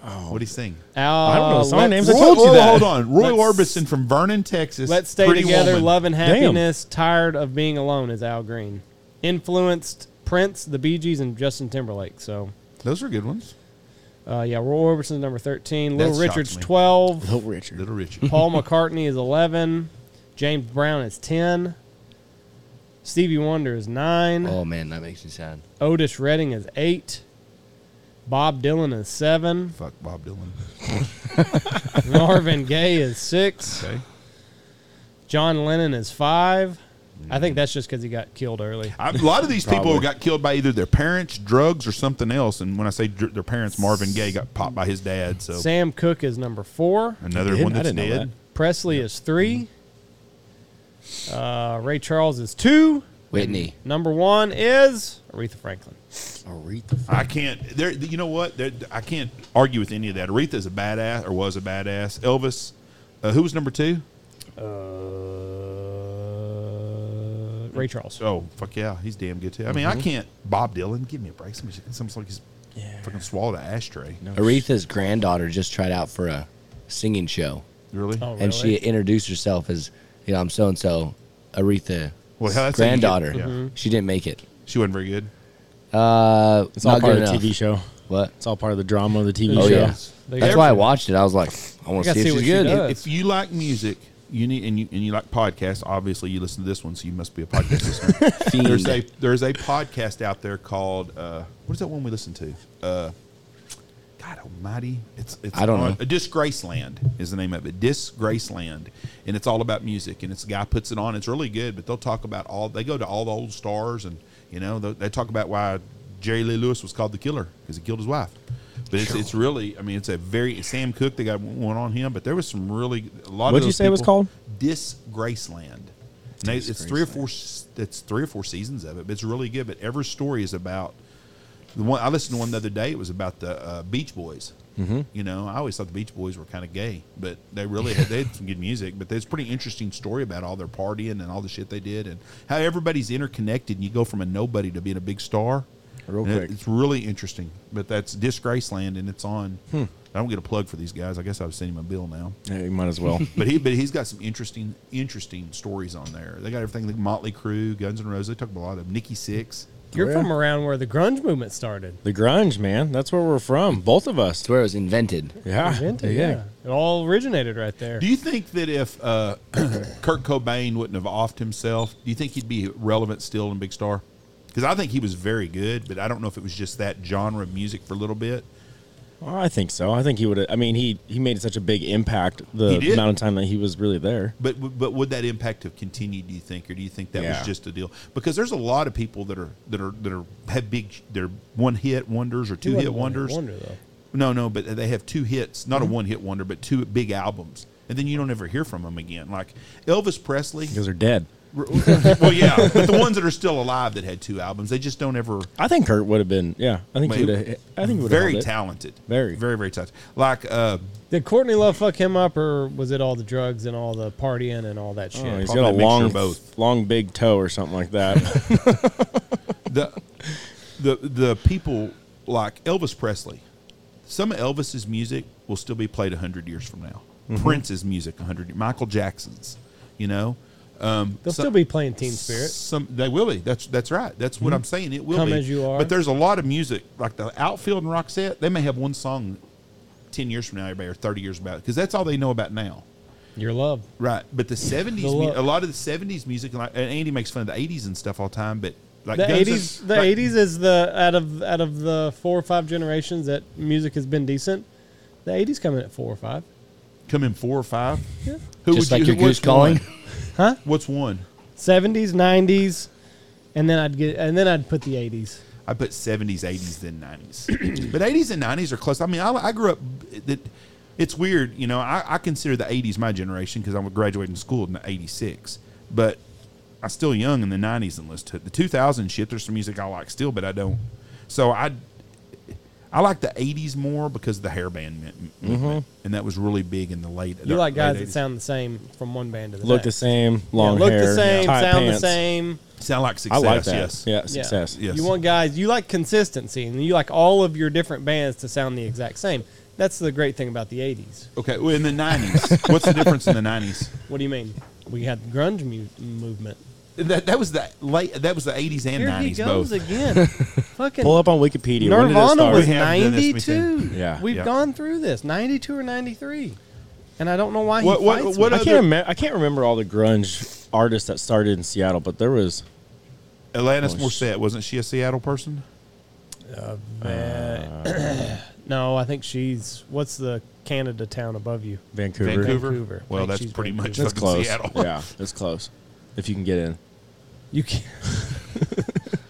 Oh, what he sing?
Al,
I don't know the song
Let's-
names. I told
Roy-
you
Roy-
that.
Hold on, Roy
Let's-
Orbison from Vernon, Texas.
Let's stay
Pretty
together,
Woman.
love and
Damn.
happiness. Tired of being alone is Al Green. Influenced Prince, the Bee Gees, and Justin Timberlake. So,
Those are good ones.
uh, yeah, Roy Orbison's number thirteen. Little
That shocks
Richard's
me.
twelve.
Little Oh, Richard.
Little Richard.
Paul McCartney is eleven. James Brown is ten. Stevie Wonder is nine.
Oh man, that makes me sad.
Otis Redding is eight. Bob Dylan is seven.
Fuck Bob Dylan.
Marvin Gaye is six.
Okay.
John Lennon is five. I
Mm.
think that's just because he got killed early.
I, a lot of these people
Probably.
got killed by either their parents, drugs, or something else. And when I say dr- their parents, Marvin Gaye got popped by his dad. So
Sam Cooke is number four.
another
Didn't-
one
I
that's
didn't know
dead.
Presley is three. Uh, Ray Charles is two.
Whitney,
Number one is Aretha Franklin.
Aretha.
I can't. There, you know what? There, I can't argue with any of that. Aretha's a badass, or was a badass. Elvis, uh, who was number two?
Uh, Ray Charles.
Oh fuck yeah, he's damn good too. I mean,
Mm-hmm.
I can't. Bob Dylan, give me a break. Somebody- It's almost like he's fucking swallowed an ashtray.
Aretha's granddaughter just tried out for a singing show,
Really?
Oh,
and she
really?
introduced herself as, you know, I'm so and so, Aretha,
Well, hell, that's how you get-
granddaughter.
yeah.
Mm-hmm.
She didn't make it.
She wasn't very good.
Uh,
It's
not
all part
good
of the
enough.
TV show.
What?
It's all part of the drama of the TV
Oh,
show.
yeah.
They
That's
got-
why I watched it. I was like, I want
I gotta
to see if
see
she's
what she
good.
does.
If you like music, you need and you and you like podcasts. Obviously, you listen to this one, so you must be a podcast listener.
Fiend.
There's a there's a podcast out there called uh, what is that one we listen to? Uh, God Almighty, it's it's
I don't
on,
know.
Disgraceland is the name of it. Disgraceland, and it's all about music. And it's a guy puts it on. It's really good, but they'll talk about all. They go to all the old stars, and you know they, they talk about why Jerry Lee Lewis was called the killer because he killed his wife. But it's, it's really, I mean, it's a very Sam Cook. They got one on him, but there was some really a lot.
What'd
of
you
those
say it was
people-
called?
Disgraceland. And they- it's three or four. s- It's three or four seasons of it, but it's really good. But every story is about the one. I listened to one the other day. It was about the uh, Beach Boys. Mm-hmm. You know, I always thought the Beach Boys were kind of gay, but they really had, they had some good music. But there's a pretty interesting story about all their partying and all the shit they did, and how everybody's interconnected. And you go from a nobody to being a big star.
Real
And it-
quick.
it's really interesting. But that's Disgraceland, and it's on. I don't get a plug for these guys. I guess I've sent him a bill now.
Yeah, you might as well.
But he but he's got some interesting interesting stories on there. They got everything like Motley Crue, Guns N' Roses. They talk about a lot of them. Nikki Six.
You're
Yeah.
from around where the grunge movement started.
the grunge, man. That's where we're from. Both of us.
It's where it was invented.
Yeah.
Invented, yeah. It all originated right there.
Do you think that if uh, Kurt Cobain wouldn't have offed himself, do you think he'd be relevant still and a big star? because I think he was very good, but I don't know if it was just that genre of music for a little bit.
Well, Oh, I think so. I think he would. I mean, he he made such a big impact the
He did.
amount of time that he was really there.
But but would that impact have continued? Do you think, or do you think that
Yeah.
was just a deal? Because there's a lot of people that are that are that are have big. They're one hit wonders or two hit wonders.
Wonder though.
No, no, but they have two hits, not
Mm-hmm.
a one hit wonder, but two big albums, and then you don't ever hear from them again. Like Elvis Presley.
Because they're dead.
well, yeah, but the ones that are still alive that had two albums, they just don't ever.
I think Kurt would have been. Yeah, I think he
Well,
would have. I think he would have
very
held it.
talented,
Very.
very, very talented. Like uh,
Did Courtney Love fuck him up, or was it all the drugs and all the partying and all that shit?
Oh, he's
Probably
got a
a mixture
long,
of both.
long big toe or something like that.
the the the people like Elvis Presley. Some of Elvis's music will still be played hundred years from now.
Mm-hmm.
Prince's music, hundred. Michael Jackson's, you know, um,
They'll
so-
still be playing Teen Spirit. Hmm.
Some they will be. That's that's right. That's what I'm saying. It will
Come
be.
As You Are.
But there's a lot of music like the outfield and Roxette. They may have one song ten years from now, everybody or thirty years about it because that's all they know about now.
Your love.
Right. But the '70s,
The
mu-
lo-
a lot of the '70s music, and like- and Andy makes fun of the '80s and stuff all the time. But like
The
Guns N'
eighties, the
like-
eighties is the out of out of the four or five generations that music has been decent. The eighties coming at four or five.
come in four or five.
Yeah.
Who
Just like
who-
your goose
what's
calling.
one?
Huh?
What's one?
Seventies, nineties, and then I'd get and then I'd put the eighties.
I put seventies, eighties, then nineties. but eighties and nineties are close. I mean, I, I grew up. That it's weird, you know. I, I consider the eighties my generation because I was graduating school in eighty six. But I'm still young in the nineties unless to the two thousand shit. There's some music I like still, but I don't. So I I like the eighties more because the hair band meant,
Mm-hmm.
movement, and that was really big in the late.
You like guys
late
that
80s.
sound the same from one band to the
Look the
next.
same, long
yeah, look the
hair,
same,
tight
sound
pants.
the same.
sound like
I
success.
like that.
Yes.
Yeah, success.
Yeah.
Yes.
You want guys you like consistency and you like all of your different bands to sound the exact same. That's the great thing about the eighties.
Okay. Well, in the nineties, what's the difference in the nineties?
What do you mean? We had the grunge mu- movement.
That, that was the late. That was the eighties and
Here he
nineties
goes
both.
again. Fucking
Pull up on Wikipedia. When did it
Nirvana
start?
was
We have done this, we
92.
think.
Yeah.
We've
Yeah.
gone through this 92 or 93. And I don't know why he
What- what-
fights
what
me.
I can't. Remember, I can't remember all the grunge artists that started in Seattle, but there was.
Alanis
Oh, sh-
Morissette wasn't she a Seattle person?
Uh,
No, I think she's what's the Canada town above you?
Vancouver.
Vancouver. Vancouver. I
Well,
think
that's
she's
pretty much
Vancouver.
That's
fucking
close.
Seattle.
yeah, that's close. If you can get in,
You can't.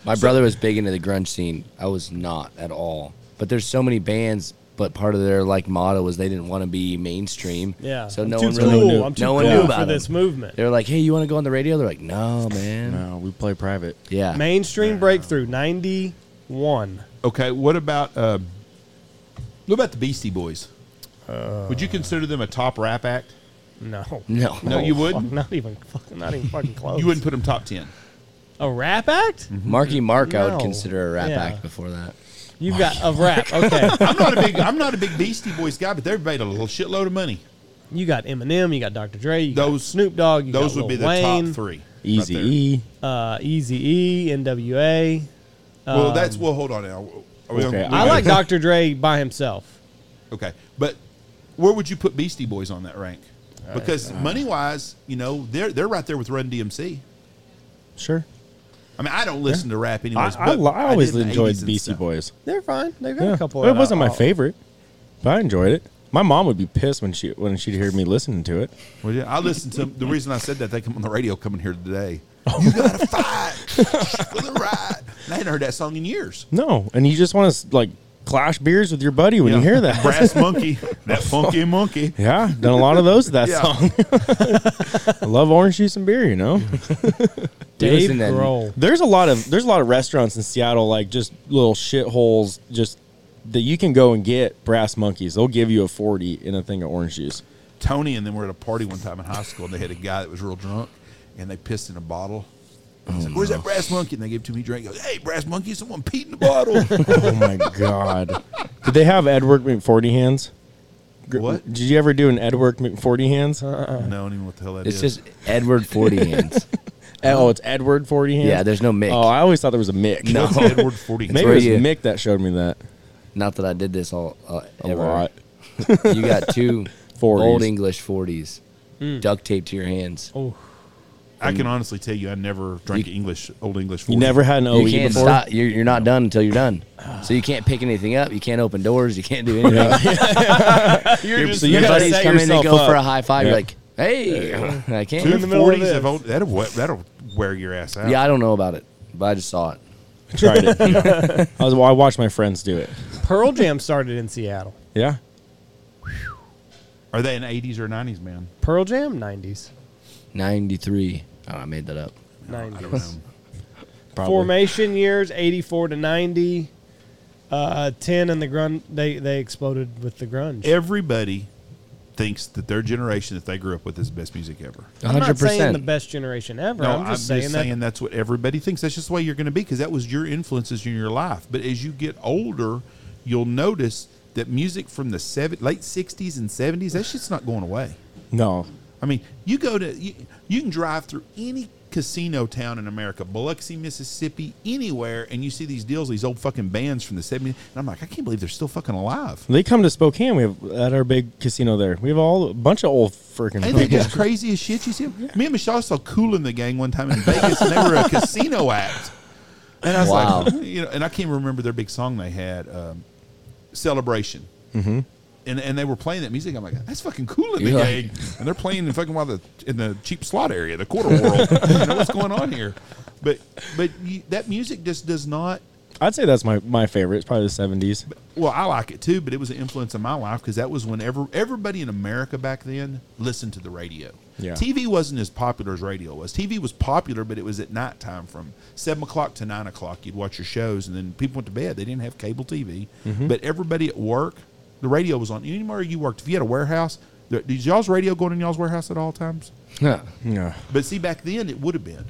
My brother was big into the grunge scene. I was not at all. But there's so many bands. But part of their like motto was they didn't want to be mainstream.
Yeah.
So
I'm
no
too
one
cool.
really knew.
I'm too
no one
cool
knew
for
about them.
this movement.
They were like, "Hey, you want to go on the radio?" They're like, "No, man.
no, Uh, we play private.
Yeah.
Mainstream breakthrough 91.
Okay. What about um, what about the Beastie Boys?
Uh,
Would you consider them a top rap act?
No.
No.
No, you
fuck,
wouldn't?
Not even fucking not even fucking close.
You wouldn't put them top ten.
a rap act?
Marky Mark, I
No.
would consider a rap
Yeah.
act before that.
You've got a rap. Okay.
I'm not a big I'm not a big Beastie Boys guy, but they've made a little shitload of money.
You got Eminem, you got Dr. Dre, you
Those-
got Snoop Dogg, you
Those
got
would be
Lil
the
Wayne,
top three. right
Easy
there.
E.
Uh, Easy E, NWA. Um,
Well, that's well. Hold on now. Are we on-
Okay,
we're
I
on-
like Dr. Dre by himself.
Okay, but where would you put Beastie Boys on that rank? Because money wise, you know, they're they're right there with Run DMC.
Sure.
I mean, I don't listen to rap
I,
anyways.
I,
but
li- I always
did in the
enjoyed
80s and
Beastie
stuff.
Boys.
They're fine. They've got
Yeah.
a couple.
It
of- uh,
wasn't my
I'll-
favorite, but I enjoyed it. My mom would be pissed when she when she'd hear me listening to it.
Well, yeah, I listened to the reason I said that they come on the radio coming here today.
Oh.
You gotta fight for the right. And I hadn't heard that song in years.
No, and you just want to like clash beers with your buddy when you
Yeah.
hear that.
brass monkey, that funky monkey.
yeah, done a lot of those to that
Yeah.
song. I love orange juice and beer. You know,
Dude,
Dave
listen, then-
Grohl.
there's a lot of there's a lot of restaurants in Seattle like just little shitholes just that you can go and get brass monkeys. They'll give you a forty in a thing of orange juice.
Tony and them were at a party one time in high school, and they had a guy that was real drunk, and they pissed in a bottle. He's
Oh,
like, Where's that brass monkey? And they gave it to me. Drank. He goes, hey, brass monkey, someone peed in the bottle.
Oh my god! Did they have Edward McForty hands? Gr-
What?
Did you ever do an Edward McForty hands?
Uh-uh.
no, I don't even know what the hell that
It's
is.
just Edward Forty Hands.
Oh, it's Edward Forty hands.
Yeah, there's no Mick.
Oh, I always thought there was a Mick.
No.
What's Edward Forty. Hands?
Maybe
where
it was
you-
Mick that showed me that
Not that I did this all uh,
a
ever.
lot.
You got two
40s.
Hmm.
old English forties duct taped to your hands.
Oh,
I can honestly tell you, I never drank
You-
English, old English. 40.
You never had an OE
you can't
before.
stop. You're, you're not done until you're done. So you can't pick anything up. You can't open doors. You can't do anything.
You're just-
so you
Your
gotta
buddies
set
come in, they
yourself
go for
up.
a high five. You're
Yeah.
like, hey, I can't.
two
in the middle of
forties
this.
of old. That'll wa- that'll wear your ass out.
Yeah, I don't know about it, but I just saw it.
tried it. I, was, well, I watched my friends do it.
Pearl Jam started in Seattle.
Yeah.
Are they an eighties or nineties man?
Pearl Jam, 90s.
93. Oh, I made that up.
90s.
I don't know.
Probably.
Formation years, 84 to 90. Uh, 10 and the grunge, they, they exploded with the grunge.
Everybody thinks that their generation that they grew up with is the best music ever.
I'm not saying the
100%.
best generation ever.
No,
I'm just saying that.
that's what everybody thinks. That's just the way you're going to be because that was your influences in your life. But as you get older, you'll notice that music from the seven, late '60s and '70s, that shit's not going away.
No.
I mean, you go to you, you can drive through any casino town in America, Biloxi, Mississippi, anywhere, and you see these deals, these old fucking bands from the '70s, and I'm like, I can't believe they're still fucking alive.
They come to Spokane. We have at our big casino there. We have all a bunch of old freaking.
Hey, they're just crazy as shit. You see, 'em? me and Michelle saw Cool in the Gang one time in Vegas, and they were a casino act. And I was like,
Wow.
you know, and I can't remember their big song they had, um, Celebration. Mm-hmm. And and they were playing that music. I'm like, that's fucking cool in the
You're
gang. And they're playing in fucking while the in the cheap slot area, the quarter world. you know, what's going on here? But but you, that music just does not.
I'd say that's my, my favorite. It's probably the seventies.
Well, I like it too, but it was an influence on my life because that was when ever, everybody in America back then listened to the radio.
Yeah.
TV wasn't as popular as radio was. TV was popular, but it was at nighttime from 7 o'clock to 9 o'clock. You'd watch your shows, and then people went to bed. They didn't have cable TV.
Mm-hmm.
But everybody at work, the radio was on. Anywhere you worked, if you had a warehouse, th- did y'all's radio go in y'all's warehouse at all times?
Huh.
Yeah.
But see, back then it would have been.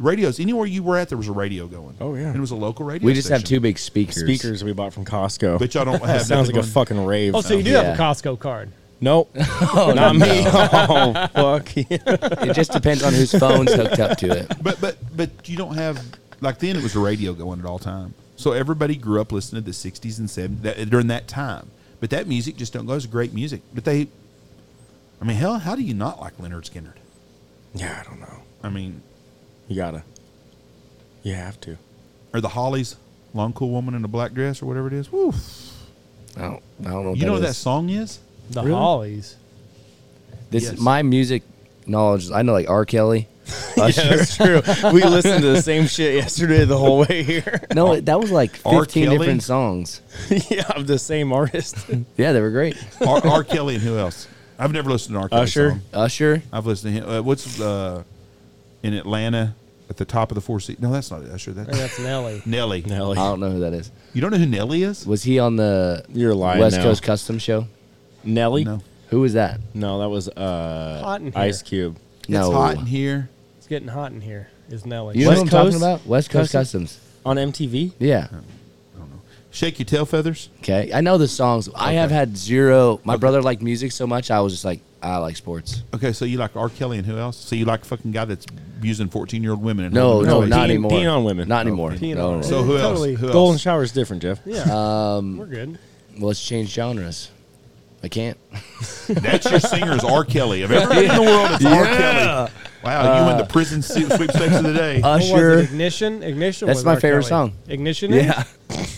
Radios, anywhere you were at, there was a radio going.
Oh, yeah.
And it was a local radio
We just have
station.
two big speakers.
Speakers we bought from Costco.
But y'all don't have
that sounds
nothing
like a
going-
fucking rave.
Oh, so you do
Yeah.
have a Costco card.
Nope. not me. Oh fuck. Yeah.
It just depends on whose phone's hooked up to it.
But but but you don't have like then it was the radio going at all time. So everybody grew up listening to the '60s and '70s that, during that time. But that music just don't go as great music. But they, I mean, hell, how do you not like Leonard Skinner?
Yeah, I don't know.
I mean,
You gotta. You have to.
or the Hollies, "Long Cool Woman in a Black Dress" or whatever it is. Woo!
I don't, I don't know what
You know what
that
that
is.
song is?
The
Really?
Hollies.
This
Yes.
my music knowledge. I know like R. Kelly. Usher.
that's true. We listened to the same shit yesterday the whole way here.
No, it- that was like
R.
fifteen
Kelly?
different songs.
yeah, of the same artist.
Yeah, they were great.
R, R. Kelly and who else? I've never listened to
Uh,
R. Kelly
Usher.
song.
Usher.
I've listened to him. Uh, what's uh, in Atlanta at the top of the four seat? No, that's not Usher.
I think
That's
that's Nelly.
Nelly.
I
Nelly.
don't know who that is.
You don't know who Nelly is?
Was he on the
You're lying
West
now.
Coast Custom Show?
Nelly?
No.
Who was that?
No, that was uh
Hot in here.
Ice Cube.
no,
It's hot in here.
It's getting hot in here. Is Nelly?
you know
West
what I'm talking
Coast?
about? West Coast
Custom?
Customs. Oh.
On MTV?
Yeah.
Shake your tail feathers.
Okay. I know the songs. I have had zero. My brother liked music so much. I was just like, I like sports.
Okay, so you like R. Kelly and who else? So you like a fucking guy that's abusing fourteen year old women? And
No,
holding
no,
their
not
waist?
peeing-
anymore.
peeing on women.
Not anymore.
peeing
No,
on
no,
women.
So who else?
Totally.
Who
Golden
else?
Shower's different, Jeff.
Yeah. Um, We're good.
no. Let's change genres. I can't.
That's your singer's R. Kelly. Of everybody in the world, it's R. Kelly. Wow, you win the prison se- sweepstakes of the day.
Uh,
What was
Usher.
it? Ignition. Ignition.
That's
was
my
R.
favorite
Kelly.
song.
Ignition. is?
Yeah.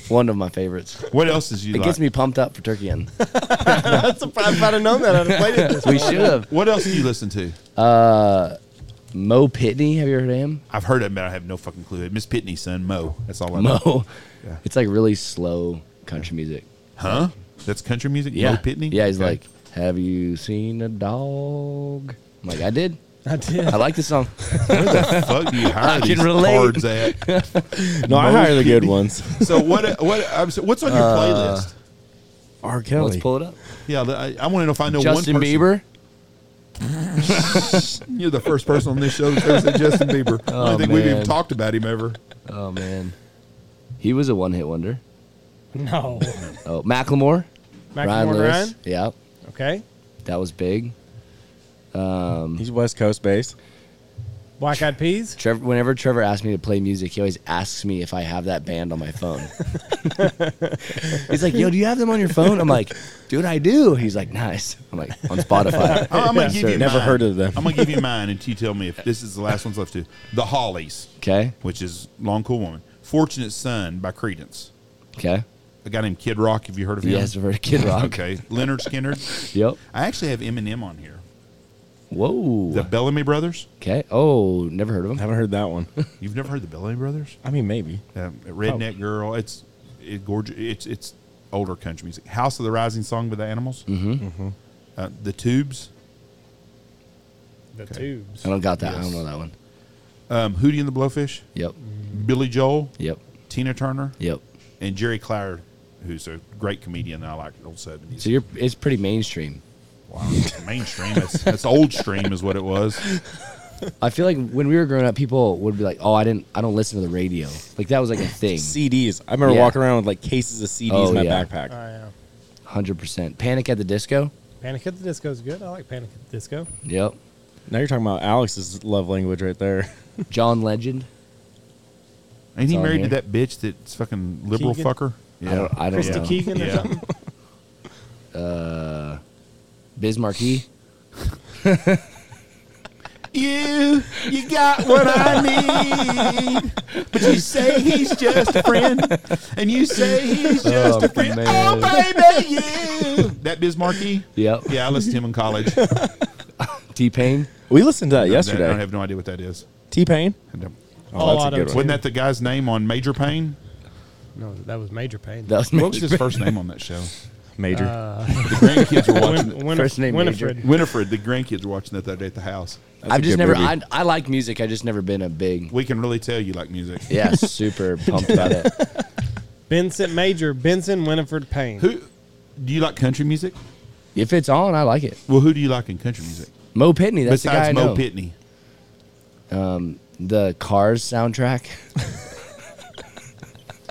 One of my favorites.
what else is you
It
like?
gets me pumped up for turkey in.
That's a, if I'd have known that, I'd have played it. This
We should have.
What else do you listen to?
Mo Pitney. Have you heard of him?
I've heard of him, but I have no fucking clue. Miss Pitney's son, Mo. That's all I know.
Mo.
Yeah.
It's like really slow country music.
Huh? That's country music. Mo Pitney.
Yeah, he's
Okay.
like, Have you seen a dog? I'm like, I did.
I did.
I like this song.
"Fuck, do you hire
can
these
relate.
cards at?"
No, I hire the good ones.
So what? What? I'm so- What's on your
Uh,
playlist?
R. Kelly.
Let's pull it up.
Yeah, I, I want to know if I know
Justin
one person.
Bieber.
You're the first person on this show that's ever said Justin Bieber. I
Oh,
don't think we've even
man.
talked about him ever.
Oh man, he was a one-hit wonder.
No.
Oh, Macklemore.
Mac
Ryan
Warren
Lewis.
Ryan?
Yeah,
Okay.
that was big.
Um, He's West Coast based.
Black Eyed Peas.
Trevor, whenever Trevor asks me to play music, he always asks me if I have that band on my phone. He's like, "Yo, do you have them on your phone?" I'm like, "Dude, I do." He's like, "Nice." I'm like, "On Spotify."
I'm gonna give
sir.
you
Never
mine.
heard of them.
I'm gonna give you mine, and you tell me if this is the last one's left. To the Hollies,
Okay,
which is Long Cool Woman, Fortunate Son by Credence,
okay.
a guy named Kid Rock. Have you heard of him?
Yes, I've heard of Kid Rock.
Okay, Leonard Skinner.
Yep.
I actually have Eminem on here.
Whoa.
The Bellamy Brothers.
okay. Oh, never heard of him.
Haven't heard that one.
You've never heard the Bellamy Brothers?
I mean, maybe.
Um,
Oh.
Redneck Girl. It's it gorgeous. It's it's older country music. House of the Rising Song by the Animals. Mm-hmm. Uh, the Tubes.
The Tubes.
I don't got that. I don't know that one.
Um, Hootie and the Blowfish.
Yep.
Billy Joel.
Yep.
Tina Turner.
Yep.
and Jerry Clower, who's a great comedian that I like old seventies.
So you're it's pretty mainstream.
wow, it's mainstream. That's, that's old stream is what it was.
I feel like when we were growing up, people would be like, "Oh, I didn't. I don't listen to the radio." Like that was like a thing.
CDs. I remember
Yeah.
walking around with like cases of CDs
Oh,
in my
yeah.
Oh,
backpack.
yeah.
Hundred percent. Panic at the Disco.
Panic at the Disco's good. I like Panic at the Disco.
Yep.
Now you're talking about Alex's love language right there.
John Legend.
Ain't he
all
married to
here.
that bitch that's fucking liberal
Keegan?
fucker?
I don't. I don't
Christy
know.
Keegan or
Yeah. Oh,
something.
Bismarcky.
You, you got what I need, but you say he's just a friend, and you say he's
Um,
just a friend. Oh, baby, you. That Bismarcky?
Yep.
Yeah, I listened to him in college.
T Pain.
We listened to that
I
yesterday.
have no idea what that is.
T Pain.
I don't-
All
that's a
out of
good
two.
one.
Wasn't that the guy's name on Major Pain?
No, that was Major Pain.
That was
What was
me.
his first name on that show?
Major.
The grandkids were watching.
Win- Winif-
First name Major.
Winifred.
Winifred, the grandkids were watching that the other day at the house.
I've
a
just
good
never.
movie.
I, I like music. I just never been a big.
We can really tell you like music.
Yeah, super pumped about it.
Benson Major. Benson Winifred Payne.
Who do you like country music?
If it's on, I like it.
Well, who do you like in country music
Mo Pitney. That's the guy I
besides Mo
know.
Pitney?
the Cars soundtrack.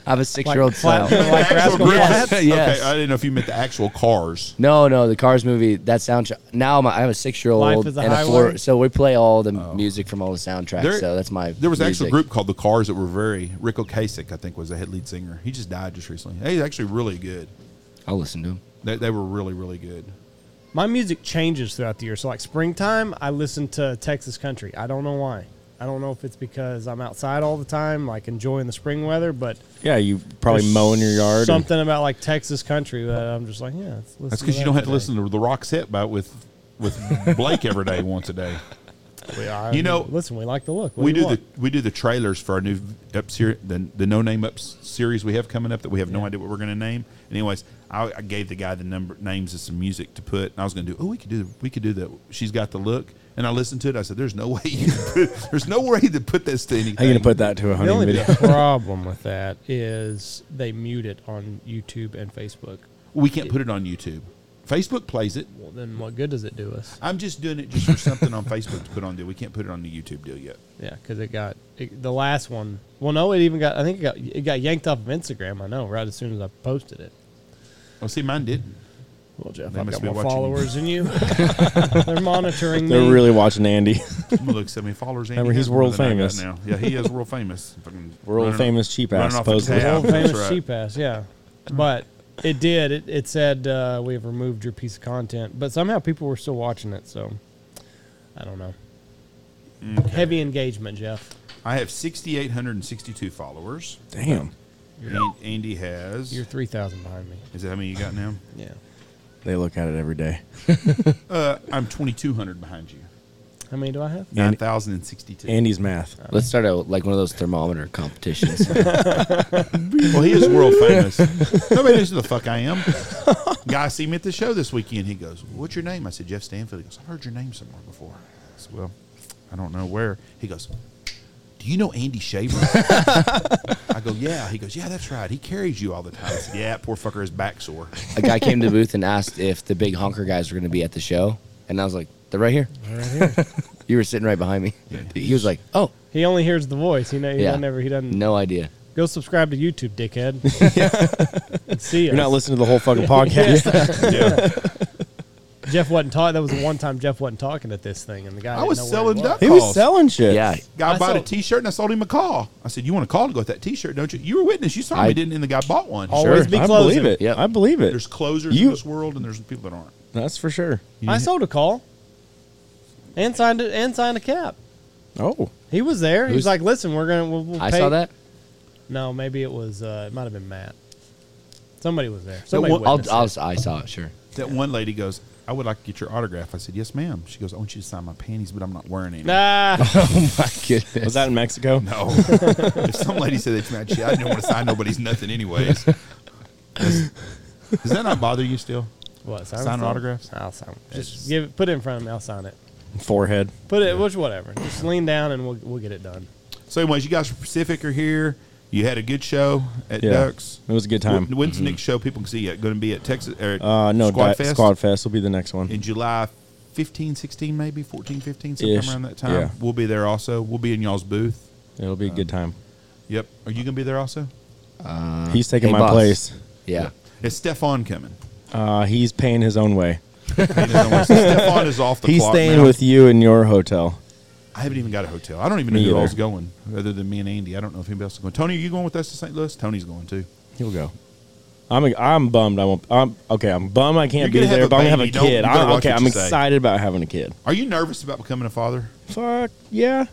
I have a six-year-old
Flat-
son.
like Rascal
Really?
Flatts.
Yes, yes.
Okay, I didn't know if you meant the actual cars.
No, no, the Cars movie. That soundtrack. Now my, I have a six-year-old
Life is a
and a
Highway?
four. So we play all the music from all the soundtracks.
There-
so that's my.
There was actually
music.
a group called the Cars that were very Rick Ocasek, I think, was the head lead singer. He just died just recently. He's actually really good.
I'll listen to him.
They, they were really really good.
My music changes throughout the year. So like springtime, I listen to Texas country. I don't know why. I don't know if it's because I'm outside all the time, like enjoying the spring weather, but
yeah, you probably
there's
mowing your yard. and-
Something about like Texas country that I'm just like, yeah. Let's listen
That's because
to that
you don't have to
today.
listen to the rock set by with with Blake every day once a day.
We, I-
You know,
listen, we like the look. What
we do
you want?
the we do the trailers for our new up series, the, the no name up series we have coming up that we have no idea what we're going to name. Anyways, I, I gave the guy the number names of some music to put, and I was going to do. Oh, we could do we could do that. She's got the look, and I listened to it. I said, "There's no way you can put, there's no way to put this to anything."
How you gonna put that to a
The
hunting
only
video?
problem with that is they mute it on YouTube and Facebook.
We can't put it on YouTube. Facebook plays it.
Well, then what good does it do us?
I'm just doing it just for something on Facebook to put on there. We can't put it on the YouTube deal yet.
Yeah, because it got it, the last one. Well, no, it even got. I think it got it got yanked off of Instagram. I know right as soon as I posted it.
Well, Oh, see, mine didn't.
Well, Jeff,
They
I've
must
got
be
more
watching you.
followers than you. They're monitoring me.
They're really watching Andy.
I'm gonna look so many followers. Andy
Remember, he's
has more
world
than I got
famous.
now. Yeah, he is world famous. Fucking
World
running-
famous cheap ass,
running off the
supposedly.
tab.
Old
That's
famous
right.
cheap ass, yeah. But it did. It, it said uh, we have removed your piece of content, but somehow people were still watching it. So I don't know. Heavy engagement, Jeff.
I have 6,862 followers.
Damn,
And Andy has.
You're three thousand behind me.
Is that how many you got now?
Yeah.
they look at it every day.
Uh, I'm 2,200 behind you.
How many do I have?
9,062.
Andy's math.
Let's start out like one of those thermometer competitions.
well, he is world famous. Nobody knows who the fuck I am. Guy see me at the show this weekend. He goes, "What's your name?" I said, "Jeff Stanfield." He goes, "I heard your name somewhere before." I said, "Well, I don't know where." He goes, "Do you know Andy Shaver?" I go, "Yeah." He goes, "Yeah, that's right. He carries you all the time." I said, yeah, poor fucker, his back sore.
a guy came to the booth and asked if the big honker guys were going to be at the show, and I was like, "They're right here."
Right here.
You were sitting right behind me. He was like, "Oh,
he only hears the voice. He, know, he
Yeah.
doesn't ever. He doesn't.
no idea."
Go subscribe to YouTube, dickhead. And See us.
You're not listening to the whole fucking podcast.
Yeah.
Jeff wasn't talking. That was the one time Jeff wasn't talking at this thing, and the guy.
I
didn't
was
know where
selling
he
duck
He
calls.
was selling shit.
Yeah.
Guy
I
bought a
sold-
T-shirt and I sold him a call. I said, "You want a call to go with that T-shirt, don't you?" You were a witness. You saw
I-
me didn't, and the guy bought one.
Sure. Always be
I
closing.
believe it.
Yep.
I believe it.
There's closers
You-
in this world, and there's people that aren't.
That's for sure.
I sold a call, and signed it, and signed a cap.
Oh,
He was there. he was
Who's-
like, "Listen, we're gonna." We'll, we'll
I
pay-
saw that.
No, maybe it was. Uh, it might have been Matt. Somebody was there.
So
Somebody
what-
I'll,
witnessed
I'll,
it.
I saw it. Sure.
That one lady goes, "I would like to get your autograph." I said, "Yes, ma'am." She goes, "I want you to sign my panties, but I'm not wearing any."
Nah.
Oh my goodness.
was that in Mexico?
No. if some lady said that to me, I'd shit, I didn't want to sign nobody's nothing, anyways. Does, does that not bother you still?
What,
Sign
it?
autographs?
I'll sign. it.
It's
Just
just-
give it. Put it in front of me. I'll sign it.
Forehead.
Put it. Which whatever. Just lean down and we'll we'll get it done.
So, anyways, you guys from Pacific are here. You had a good show at
Yeah.
Ducks.
It was a good time. Mm-hmm.
When- When's the next show people can see you? Going to be at Texas or
Uh, no,
Squad
Squad,
Fest
Squad Fest will be the next one.
in July 15, 16, maybe 14, 15, sometime
Ish.
around that time.
Yeah.
We'll be there also. We'll be in y'all's booth.
It'll be a
Uh,
good time.
Yep. Are you going to be there also? uh,
He's taking
hey,
my
boss.
place.
Yeah.
Is Stefan coming?
Uh, he's paying his own way.
Stefan is off the
He's
clock
staying
now.
with you in your hotel.
I haven't even got a hotel. I don't even know
Me
who
either.
all's going, other than me and Andy. I don't know if anybody else is going. Tony, are you going with us to St. Louis? Tony's going too.
He'll go. I'm I'm bummed. I won't. I'm okay. I'm bummed. I can't
You're gonna
be
have
there,
a
but I'm gonna
baby.
have
Don't-
a kid.
you better
I'm,
watch
okay,
what
I'm
you say.
excited about having a kid.
Are you nervous about becoming a father?
Fuck yeah,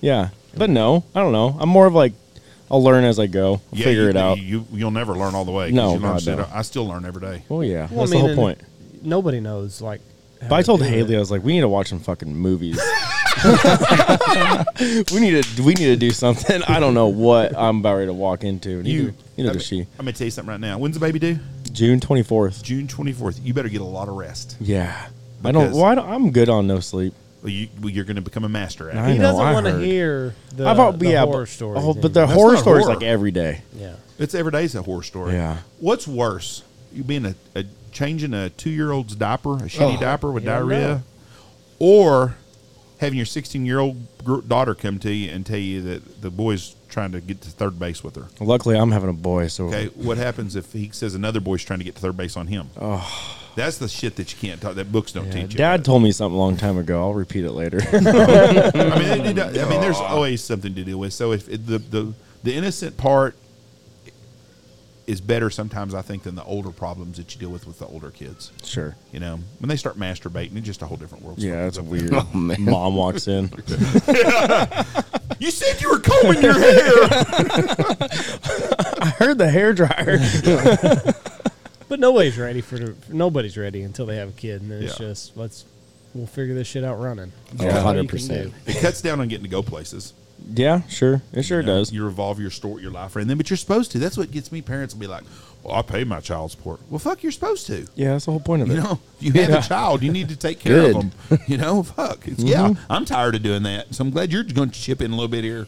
yeah. But no, I don't know. I'm more of like I'll learn as I go. I'll figure
you,
it out.
You, you, will never learn all the way. 'cause
No,
you learn
God,
shit-
no.
I still learn every day.
well, yeah.
Well,
that's
I mean,
the whole
and
point.
Nobody knows. Like. how
But I
to
told
do it.
Haley, I was like, we need to watch some fucking movies. we need to we need to do something. I don't know what I'm about ready to walk into. Neither,
You,
neither
I'm,
does she.
I'm gonna tell you something right now. When's the baby due?
June 24th.
June 24th. You better get a lot of rest.
Yeah. I don't.
Because-
Well, I don't, I'm good on no sleep.
Well, You, well, you're gonna become a master at
I
it.
He
know,
doesn't
I
want to
heard.
hear the,
I've al-
the
yeah,
horror
but,
stories.
oh, but the
anymore.
That's
horror
not
stories
horror.
like every day.
yeah.
It's every day's a horror story.
Yeah.
What's worse, you being a, a changing a two year old's diaper, a shitty
Oh,
diaper with
you don't know.
diarrhea, or having your sixteen year old gr- daughter come to you and tell you that the boy's trying to get to third base with her.
Luckily, I'm having a boy, so
Okay, what happens if he says another boy's trying to get to third base on him? Oh, that's the shit that you can't talk. That books don't
Yeah,
teach you.
Dad told me something a long time ago. I'll repeat it later.
I mean, it- it- I mean, there's always something to deal with. So if it, the the the innocent part is better sometimes, I think, than the older problems that you deal with with the older kids.
sure.
You know, when they start masturbating, it's just a whole different world.
Yeah, that's weird.
Oh, man.
Mom walks in.
You said you were combing your hair.
I heard the hair dryer.
But nobody's ready for the, nobody's ready until they have a kid, and then it's
Yeah.
just let's we'll figure this shit out running.
Oh,
That's all you
100%.
can do.
it cuts down on getting to go places.
Yeah, sure. It sure
You know,
does.
You revolve your store, your life around them, but you're supposed to. That's what gets me. Parents will be like, "Well, I pay my child support." Well, fuck, you're supposed to.
Yeah, that's the whole point of it.
You know, you have a child, you need to take care of
Good.
them. You know, fuck. It's, Yeah,
Mm-hmm.
I'm tired of doing that. So I'm glad you're going to chip in a little bit here.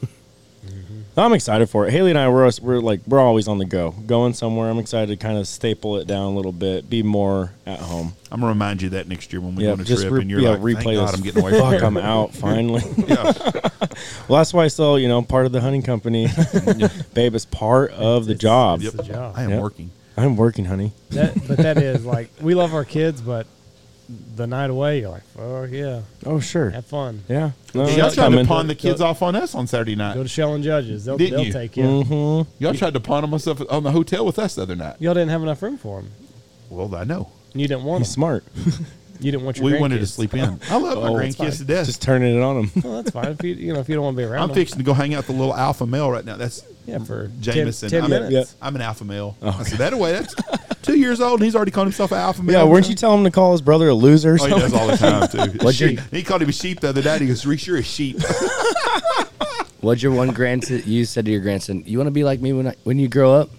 I'm excited for it. Haley and I we're we're like we're always on the go, going somewhere. I'm excited to kind of staple it down a little bit, be more at home.
I'm gonna remind you that next year when we
yeah,
go on a
just
trip
re-
and you're
yeah,
like,
replay
Thank God,
this.
I'm getting away from
Fuck, I'm
here.
out finally.
Oh, Yeah.
well, that's why I still, you know, part of the hunting company, babe. It's part of the
It's-
job.
it's the job.
I am
Yep.
working.
I'm working, honey.
That, but that is like we love our kids, but the night away, you're like, oh yeah,
Oh sure.
have fun.
Yeah. No,
Y'all
it's
tried to
coming.
pawn the kids off on us on Saturday
Go
night.
to Shell and Judges. They'll,
Didn't
they'll
you?
take you.
Mm-hmm.
Y'all tried to pawn them stuff on the hotel with us the other night.
Y'all didn't have enough room for them.
Well, I know.
You didn't want
He's
them.
smart.
You didn't want your.
We wanted to
grandkids.
sleep in. I love my
Oh, it's
grandkids to death.
Just turning it on him.
Well, that's fine. If you you know if you don't want to be around,
I'm
them.
fixing to go hang out with the little alpha male right now. That's
Yeah, for 10
Jameson.
10
I'm,
minutes.
I'm an alpha male. I said that away. That's two years old, and he's already called himself an alpha male.
Oh. yeah. Weren't you telling him to call his brother a loser? Or
Oh, he
something?
does all the time too.
What's your-
sheep. He called him a sheep the other day. He goes, "Reese, you're a sheep."
What's your one grandson? You said to your grandson, "You want to be like me when I, when you grow up?"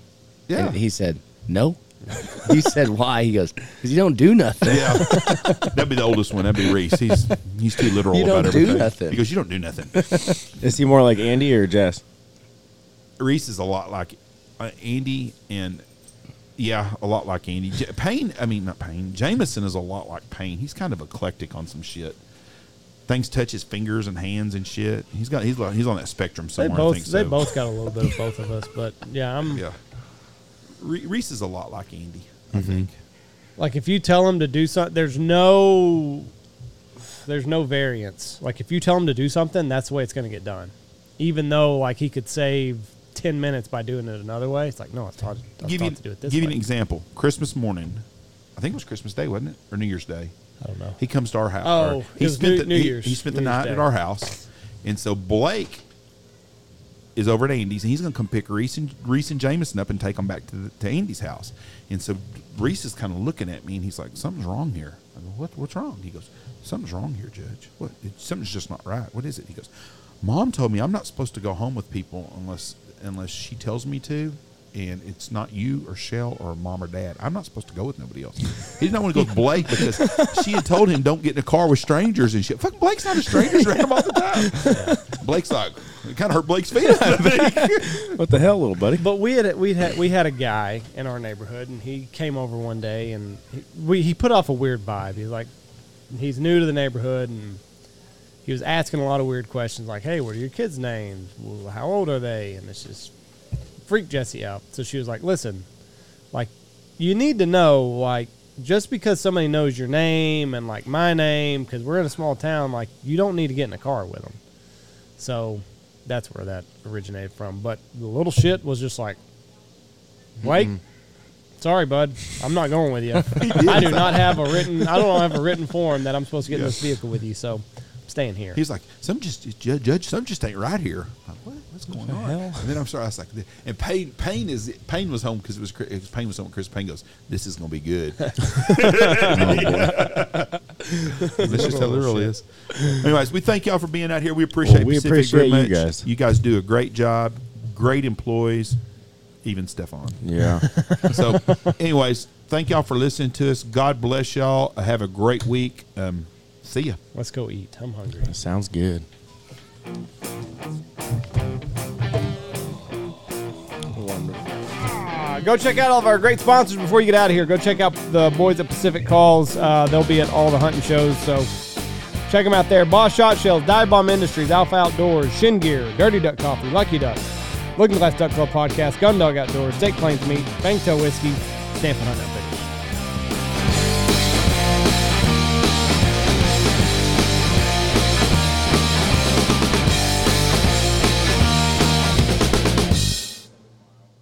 Yeah.
And he said, "No." you said, "Why?" He goes, "Because you don't do nothing."
Yeah, that'd be the oldest one. That'd be Reese. He's he's too literal
You
about
don't do
everything.
nothing.
He goes, "You don't do nothing."
Is he more like Andy or Jess?
Reese is a lot like uh, Andy, and yeah, a lot like Andy. J- Payne, I mean not Payne. Jameson is a lot like Payne. He's kind of eclectic on some shit. Things touch his fingers and hands and shit. He's got he's like, he's on that spectrum
They
somewhere. I
both
think
they
so.
both got a little bit of both of us, but yeah, I'm
Yeah. Re- Reese is a lot like Andy, I think.
Like if you tell them to do something, there's no there's no variance. Like if you tell him to do something, that's the way it's going to get done. Even though like he could save ten minutes by doing it another way, it's like no, I was taught, I was
give
taught
you,
to do it this
give you
way.
an example. Christmas morning, I think it was Christmas Day, wasn't it, or New Year's Day?
I don't know.
He comes to our house.
Oh,
or
it
he
was
spent
New-
the,
New
he-
Year's-
He, spent the
New Year's
night
Day.
at our house, and so Blake is over at Andy's, and he's going to come pick Reese and Reese and Jameson up and take them back to the, to Andy's house. And so Reese is kind of looking at me, and he's like, "Something's wrong here." I go, "What? What's wrong?" He goes, "Something's wrong here, Judge. What? It, something's just not right. What is it?" He goes, "Mom told me I'm not supposed to go home with people unless unless she tells me to." And it's not you or Shell or mom or dad. I'm not supposed to go with nobody else. He's not want to go with Blake because she had told him don't get in a car with strangers and shit. Fucking Blake's not a stranger. He's around him all the time. Blake's like, it kind of hurt Blake's feelings. I think.
What the hell, little buddy?
But we had we had we had a guy in our neighborhood, and he came over one day, and he, we he put off a weird vibe. He's like, he's new to the neighborhood, and he was asking a lot of weird questions, like, "Hey, what are your kids' names? Well, how old are they?" And it's just freaked Jesse out. So she was like, "Listen, like, you need to know, like." Just because somebody knows your name and like my name, because we're in a small town, like you don't need to get in a car with them. So that's where that originated from. But the little shit was just like, Blake, sorry, bud, I'm not going with you. I do not have a written. I don't have a written form that I'm supposed to get in this vehicle with you, so I'm staying here.
He's like, some just judge, judge, some just ain't right here. I'm like, what? What's going on? And then I'm sorry, I was like, and Payne, Payne is Payne was home because it was Chris- it was- Payne was home. Chris Payne goes, this is gonna be good.
Oh,
Let's just tell it really is. Anyways, we thank y'all for being out here. We appreciate
Well, we
Pacific
appreciate
very much.
you guys.
You guys do a great job. Great employees, even Stefan.
Yeah.
So, anyways, thank y'all for listening to us. God bless y'all. Have a great week. Um, see ya.
Let's go eat. I'm hungry.
Sounds good.
Uh, go check out all of our great sponsors before you get out of here. Go check out the boys at Pacific Calls. Uh, they'll be at all the hunting shows, so check them out there. Boss Shot Shells, Dive Bomb Industries, Alpha Outdoors, Shin Gear, Dirty Duck Coffee, Lucky Duck, Looking Glass Duck Club Podcast, Gun Dog Outdoors, Steak Plains Meat, Bangtail Whiskey, Stanford Hunting Outfitters.